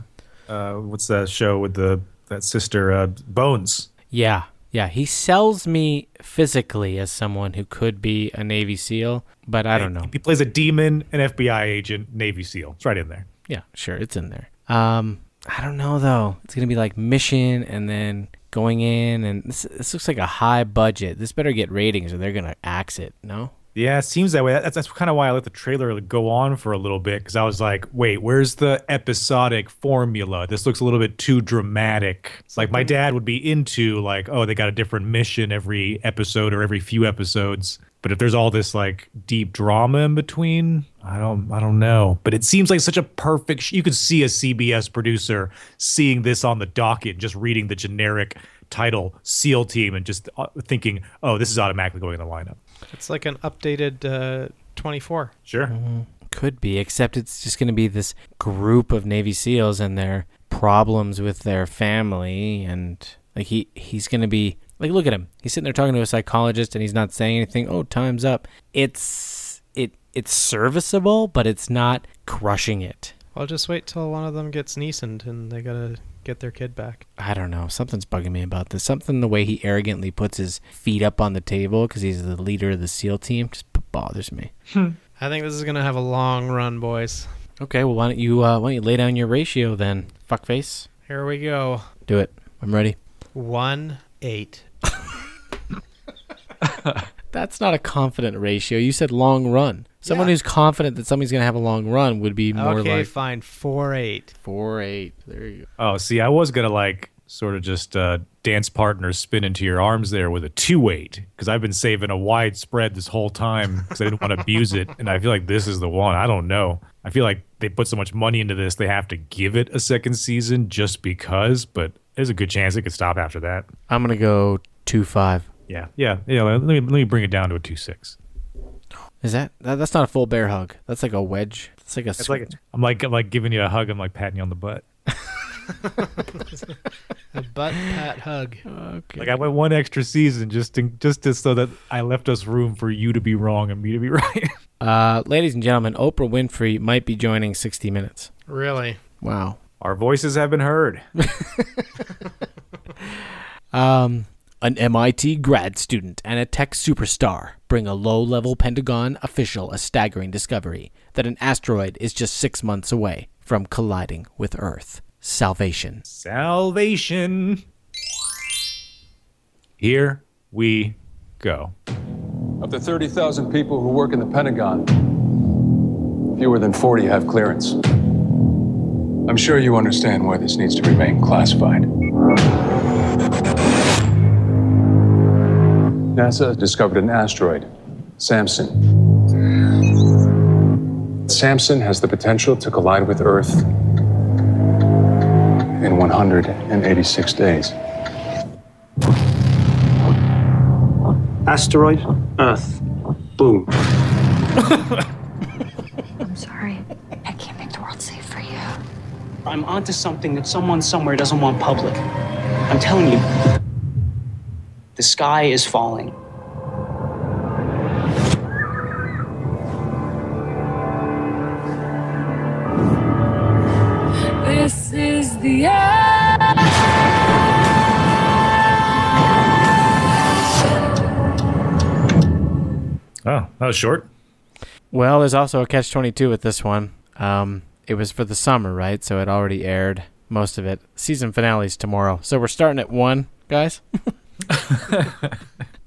E: uh, what's that show with the that sister uh, Bones?
A: Yeah, yeah. He sells me physically as someone who could be a Navy SEAL, but I don't know.
E: He plays a demon, an FBI agent, Navy SEAL. It's right in there.
A: Yeah, sure, it's in there. Um, I don't know though. It's gonna be like mission and then going in, and this this looks like a high budget. This better get ratings, or they're gonna axe it. No.
E: Yeah, it seems that way. That's, that's kind of why I let the trailer go on for a little bit because I was like, wait, where's the episodic formula? This looks a little bit too dramatic. It's like my dad would be into like, oh, they got a different mission every episode or every few episodes. But if there's all this like deep drama in between, I don't, I don't know. But it seems like such a perfect. Sh- you could see a CBS producer seeing this on the docket, just reading the generic title SEAL Team, and just uh, thinking, oh, this is automatically going in the lineup.
F: It's like an updated uh, 24.
E: Sure.
A: Could be, except it's just going to be this group of Navy SEALs and their problems with their family, and like he he's going to be like, look at him. He's sitting there talking to a psychologist, and he's not saying anything. Oh, time's up. It's it it's serviceable, but it's not crushing it.
F: I'll just wait till one of them gets Neesoned and they gotta get their kid back.
A: I don't know. Something's bugging me about this. Something the way he arrogantly puts his feet up on the table because he's the leader of the SEAL team just b- bothers me.
F: I think this is gonna have a long run, boys.
A: Okay, well why don't you uh, why don't you lay down your ratio then, fuckface?
F: Here we go.
A: Do it. I'm ready.
F: One eight.
A: That's not a confident ratio. You said long run. Someone who's confident that somebody's gonna have a long run would be more
F: okay,
A: like
F: fine. Four eight.
A: Four eight. There you go.
E: Oh, see, I was gonna like sort of just uh, dance partner spin into your arms there with a two eight because I've been saving a wide spread this whole time because I didn't want to abuse it, and I feel like this is the one. I don't know. I feel like they put so much money into this, they have to give it a second season just because. But there's a good chance it could stop after that.
A: I'm gonna go two five.
E: Yeah, yeah, yeah. Let me let me bring it down to a two six.
A: Is that, that that's not a full bear hug. That's like a wedge. It's like a
E: It's like I'm like I'm like giving you a hug. I'm like patting you on the butt.
F: A butt pat hug.
A: Okay.
E: Like I went one extra season just to, just to, so that I left us room for you to be wrong and me to be right.
A: Uh, ladies and gentlemen, Oprah Winfrey might be joining 60 Minutes.
F: Really?
A: Wow.
E: Our voices have been heard.
A: Um, an MIT grad student and a tech superstar bring a low level Pentagon official a staggering discovery that an asteroid is just six months away from colliding with Earth. Salvation.
E: Salvation. Here we go.
S: Of the 30,000 people who work in the Pentagon, fewer than 40 have clearance. I'm sure you understand why this needs to remain classified. NASA discovered an asteroid, Samson. Samson has the potential to collide with Earth in 186 days.
J: Asteroid, Earth. Boom.
M: I'm sorry. I can't make the world safe for you.
J: I'm onto something that someone somewhere doesn't want public. I'm telling you. The sky is falling.
M: This is the end.
E: Oh, that was short.
A: Well, there's also a catch 22 with this one. Um, it was for the summer, right? So it already aired most of it. Season finale's tomorrow. So we're starting at 1, guys.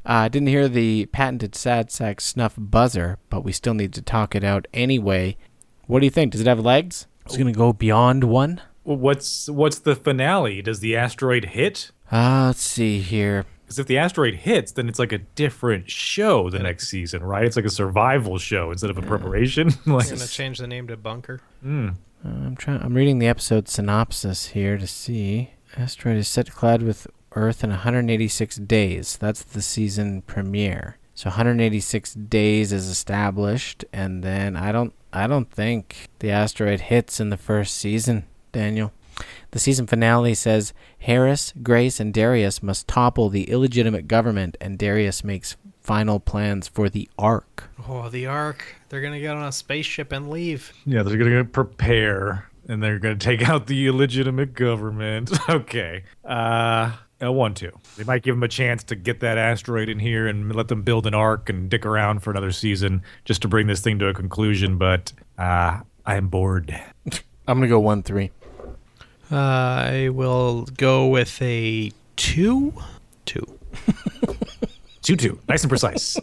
A: Uh, I didn't hear the patented sad sack snuff buzzer, but we still need to talk it out anyway. What do you think? Does it have legs? It's going to go beyond 1?
E: Well, What's what's the finale? Does the asteroid hit?
A: Ah, let's see here.
E: Because if the asteroid hits, then it's like a different show the next season, right? It's like a survival show instead of a preparation. like,
F: It's gonna change the name to Bunker.
A: Uh, I'm trying. I'm reading the episode synopsis here to see. Asteroid is set to collide with Earth in 186 days. That's the season premiere. So 186 days is established, and then I don't. I don't think the asteroid hits in the first season, Daniel. The season finale says Harris, Grace, and Darius must topple the illegitimate government, and Darius makes final plans for the Ark.
F: Oh, the Ark. They're gonna get on a spaceship and leave.
E: yeah, they're going to prepare and they're going to take out the illegitimate government. okay. Uh, I want to. They might give them a chance to get that asteroid in here and let them build an arc and dick around for another season just to bring this thing to a conclusion, but uh, I'm bored.
A: I'm going to go 1 3.
F: I will go with a two. Two.
E: two two. Nice and precise.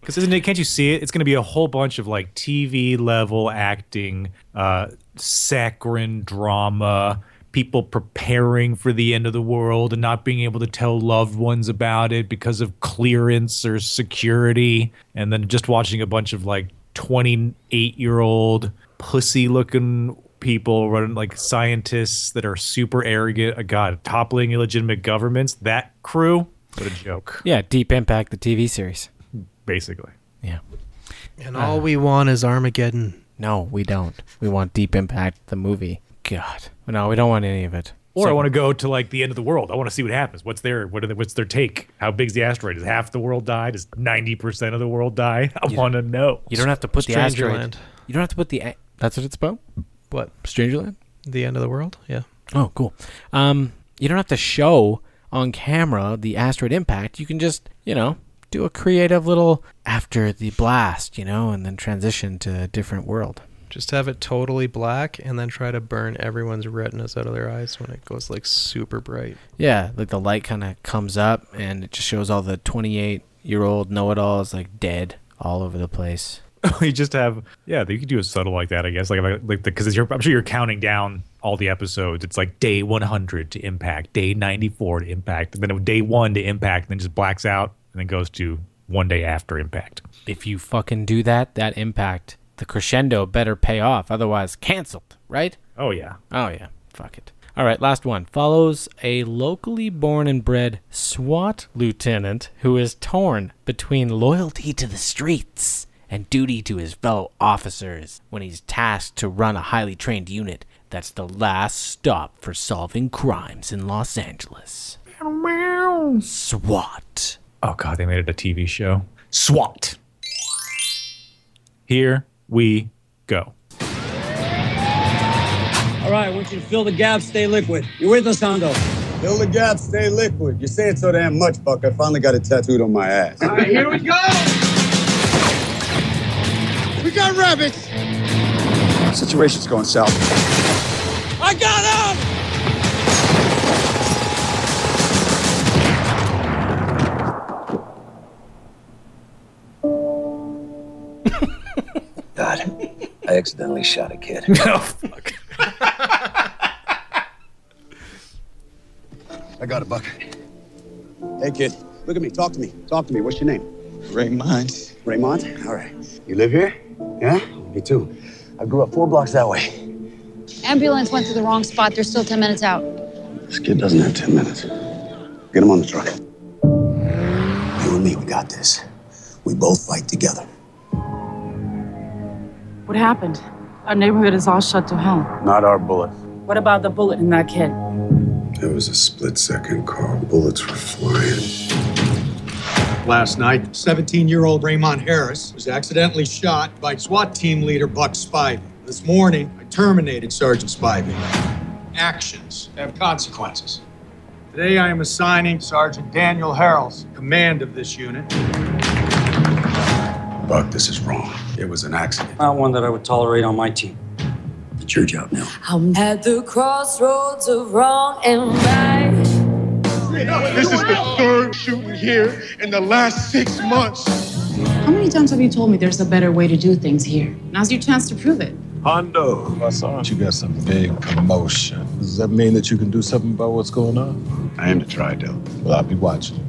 E: Because isn't it? Can't you see it? It's going to be a whole bunch of like TV level acting, uh, saccharine drama, people preparing for the end of the world and not being able to tell loved ones about it because of clearance or security, and then just watching a bunch of like twenty eight year old pussy looking people running like scientists that are super arrogant. uh, God, toppling illegitimate governments. That crew. What a joke.
A: Yeah, Deep Impact, the TV series.
E: Basically.
A: Uh.
F: And all we want is Armageddon.
A: No, we don't. We want Deep Impact, the movie. God. No, we don't want any of it.
E: Or I
A: So-
E: want to go to like the end of the world. I want to see what happens. What's their what are the, what's their take? How big's the asteroid? Is half the world die? Does ninety percent of the world die? I want to know.
A: You don't have to put the
F: Stranger
A: asteroid.
F: Land.
A: You don't have to put the. A- That's what it's about.
F: What?
A: Strangerland.
F: The end of the world? Yeah.
A: Oh, cool. Um, you don't have to show on camera the asteroid impact. You can just, you know, do a creative little after the blast, you know, and then transition to a different world.
F: Just have it totally black and then try to burn everyone's retinas out of their eyes when it goes like super bright.
A: Yeah, like the light kind of comes up and it just shows all the 28 year old know it alls like dead all over the place.
E: you just have yeah. You could do a subtle like that, I guess. Like if I, like because I'm sure you're counting down all the episodes. It's like day one hundred to impact, day ninety four to impact, and then day one to impact, and then just blacks out and then goes to one day after impact.
A: If you fucking do that, that impact, the crescendo better pay off. Otherwise, canceled, right?
E: Oh, yeah.
A: Oh, yeah. Fuck it. All right, last one. Follows a locally born and bred SWAT lieutenant who is torn between loyalty to the streets and duty to his fellow officers when he's tasked to run a highly trained unit that's the last stop for solving crimes in Los Angeles. SWAT.
E: Oh god, they made it a TV show. SWAT. Here we go.
K: All right, I want you to fill the gap, stay liquid. You with us, Hondo?
P: Fill the gap, stay liquid. You say it so damn much, Buck. I finally got it tattooed on my ass.
K: All right, here we go.
P: We got rabbits. Situation's going south.
K: I got him.
T: God, I accidentally shot a kid.
K: No,
T: fuck.
P: I got it, Buck. Hey, kid. Look at me. Talk to me. Talk to me. What's your name? Raymond. Raymond? All right. You live here? Yeah? Me too. I grew up four blocks that way.
U: Ambulance went to the wrong spot. They're still 10 minutes out.
P: This kid doesn't have 10 minutes. Get him on the truck. You and me, We've got this. We both fight together.
B: What happened? Our neighborhood is all shut to hell.
P: Not our bullet.
B: What about the bullet in that kid?
D: It was a split second call. Bullets were flying.
P: Last night, 17 year old Raymond Harris was accidentally shot by SWAT team leader Buck Spivey. This morning, I terminated Sergeant Spivey. Actions have consequences. Today, I am assigning Sergeant Daniel Harrells command of this unit.
D: Buck, this is wrong. It was an accident.
K: Not one that I would tolerate on my team.
D: It's your job now.
H: I'm at the crossroads of wrong and right.
X: This is the third shooting here in the last six months.
B: How many times have you told me there's a better way to do things here? Now's your chance to prove it.
D: Hondo, my son. You got some big promotion. Does that mean that you can do something about what's going on? I am the tri deal. Well, I'll be watching.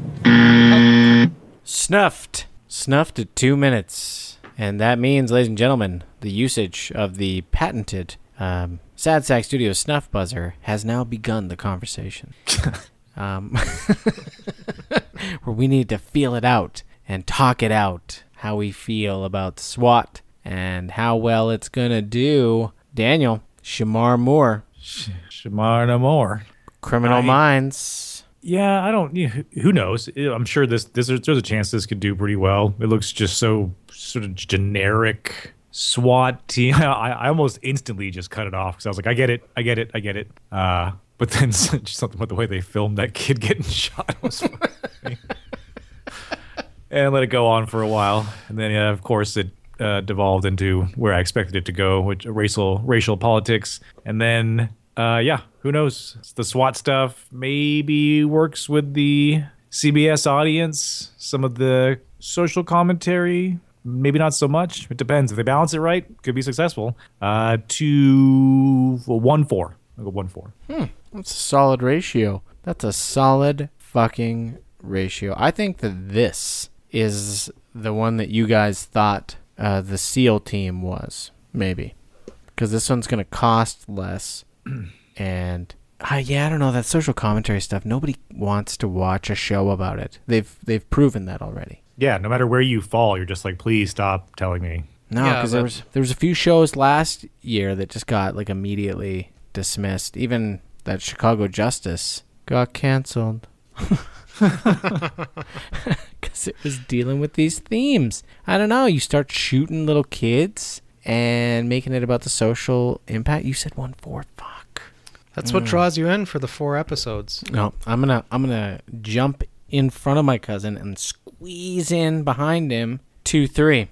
A: Snuffed. Snuffed at two minutes. And that means, ladies and gentlemen, the usage of the patented um, Sad Sack Studio snuff buzzer has now begun the conversation. um, where we need to feel it out and talk it out how we feel about SWAT and how well it's going to do. Daniel, Shamar Moore.
E: Shamar no more.
A: Criminal
E: I-
A: Minds.
E: Yeah, I don't. You, who knows? I'm sure this. This there's a chance this could do pretty well. It looks just so sort of generic SWAT team. I, I almost instantly just cut it off because I was like, I get it, I get it, I get it. Uh, but then just something about the way they filmed that kid getting shot was funny. and let it go on for a while, and then yeah, of course it uh, devolved into where I expected it to go, which racial racial politics, and then uh, yeah, who knows? The SWAT stuff maybe works with the CBS audience. Some of the social commentary, maybe not so much. It depends. If they balance it right, could be successful. Uh, two, well, one four. I'll go one four.
A: Hmm. That's a solid ratio. That's a solid fucking ratio. I think that this is the one that you guys thought uh, the SEAL team was, maybe. Because this one's going to cost less. and. Uh, yeah, I don't know that social commentary stuff. Nobody wants to watch a show about it. They've they've proven that already.
E: Yeah, no matter where you fall, you're just like, please stop telling me.
A: No, because there was there was a few shows last year that just got like immediately dismissed. Even that Chicago Justice got canceled because it was dealing with these themes. I don't know. You start shooting little kids and making it about the social impact. You said one four. Fuck.
F: That's what
A: Mm.
F: draws you in for the four episodes.
A: No, I'm gonna I'm gonna jump in front of my cousin and squeeze in behind him. Two three.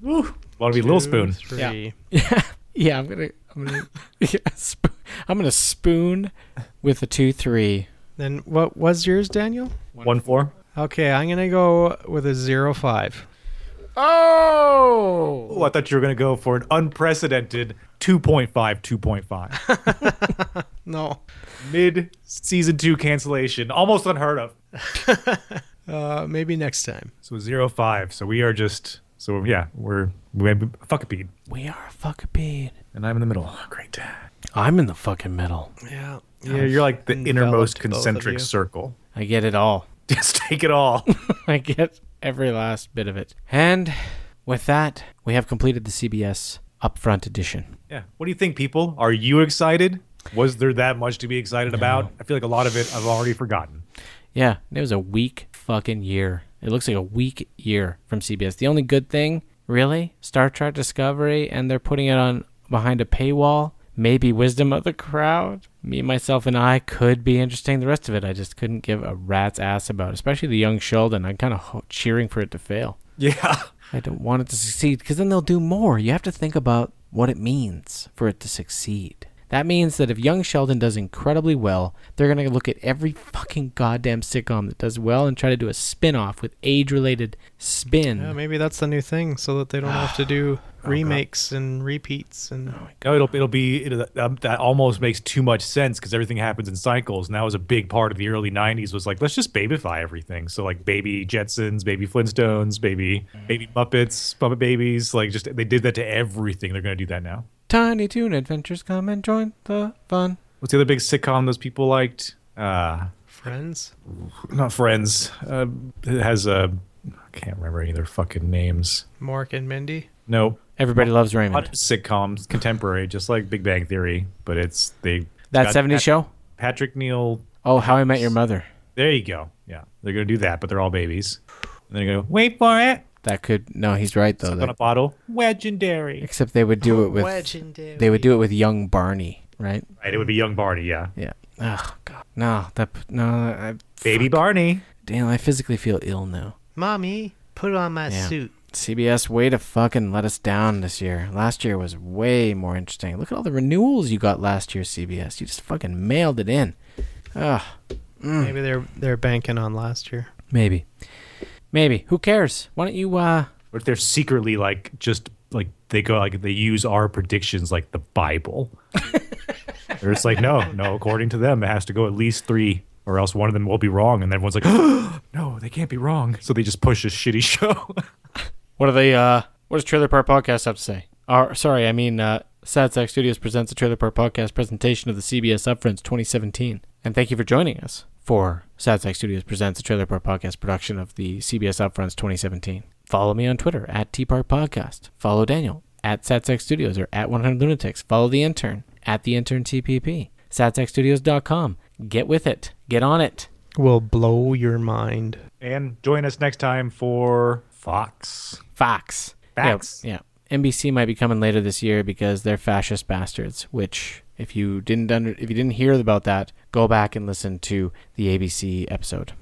E: Woo. Want to be Little Spoon?
A: Yeah. Yeah. Yeah. I'm gonna. I'm gonna. Yeah, sp- I'm gonna spoon with a two three.
F: Then what was yours, Daniel?
E: One four.
F: Okay, I'm gonna go with a zero five.
A: Oh.
E: Oh, I thought you were going to go for an unprecedented 2.5, 2.5.
F: No.
E: Mid season two cancellation. Almost unheard of.
F: Uh, maybe next time.
E: So zero five. So we are just, so yeah, we're, we have a fuckapede.
A: We are a fuckapede.
E: And I'm in the middle. Oh, Great.
A: I'm in the fucking middle.
F: Yeah.
E: Yeah, you're like the innermost
A: both of you.
E: concentric circle.
A: I get it all.
E: Just take it all.
A: I get every last bit of it. And with that, we have completed the CBS Upfront Edition.
E: Yeah. What do you think, people? Are you excited? Was there that much to be excited about? I feel like a lot of it I've already forgotten.
A: Yeah, it was a weak fucking year. It looks like a weak year from CBS. The only good thing, really, Star Trek Discovery, and they're putting it on behind a paywall. Maybe Wisdom of the Crowd. Me, myself, and I could be interesting. The rest of it, I just couldn't give a rat's ass about, especially the young Sheldon. I'm kind of ho- cheering for it to fail.
E: Yeah.
A: I don't want it to succeed because then they'll do more. You have to think about what it means for it to succeed. That means that if Young Sheldon does incredibly well, they're going to look at every fucking goddamn sitcom that does well and try to do a spin off with age related spin.
F: Yeah, maybe that's the new thing, so that they don't have to do remakes and repeats and.
E: Oh, No, Oh, it'll it'll be it'll, um, that almost makes too much sense because everything happens in cycles, and that was a big part of the early '90s. Was like let's just babyfy everything. So like baby Jetsons, baby Flintstones, baby baby Muppets, Muppet Babies. Like just they did that to everything. They're gonna do that now.
A: Tiny Toon Adventures come and join the fun.
E: What's the other big sitcom those people liked? Uh,
F: Friends.
E: not Friends. Uh, it has a can't remember any of their fucking names.
F: Mork and Mindy.
E: Nope.
A: Everybody loves Raymond.
E: sitcoms, contemporary, just like Big Bang Theory, but it's they
A: That
E: got
A: 70s
E: Pat-
A: show?
E: Patrick Neal.
A: Oh, How I Met Your Mother.
E: There you go. Yeah, they're gonna do that, but they're all babies. And they're gonna go wait for it.
A: That could no, he's right though.
E: Sip on
A: That-
E: a bottle.
F: Legendary.
A: except they would do it with
F: Legendary.
A: they would do it with young Barney, right?
E: Right, it would be young Barney. Yeah.
A: Yeah. Oh God. No, that no. I,
E: Baby Barney.
A: Damn, I physically feel ill now.
F: Mommy, put on my
A: Yeah.
F: suit.
A: CBS, way to fucking let us down this year. Last year was way more interesting. Look at all the renewals you got last year, CBS. You just fucking mailed it in. Ugh. Mm.
F: Maybe they're they're banking on last year.
A: Maybe. Maybe. Who cares? Why don't you uh
E: Or if they're secretly like just like they go like they use our predictions like the Bible. They're just like, no, no, according to them, it has to go at least three, or else one of them will be wrong. And everyone's like, no, they can't be wrong. So they just push a shitty show.
A: What are they uh what does Trailer Park Podcast have to say? Or sorry, I mean uh Sad Sack Studios presents the Trailer Park Podcast presentation of the CBS Upfronts 2017. And thank you for joining us for Sad Sack Studios presents the Trailer Park Podcast production of the CBS Upfronts 2017. Follow me on Twitter at T Park Podcast. Follow Daniel at Sad Sack Studios or at 100 Lunatics. Follow the intern at the intern TPP. SatSackStudios.com. Get with it. Get on it.
F: Will blow your mind.
E: and join us next time for Fox.
A: Fox.
E: Fox.
A: Yeah, yeah. NBC might be coming later this year because they're fascist bastards. Which, if you didn't under, if you didn't hear about that, go back and listen to the ABC episode.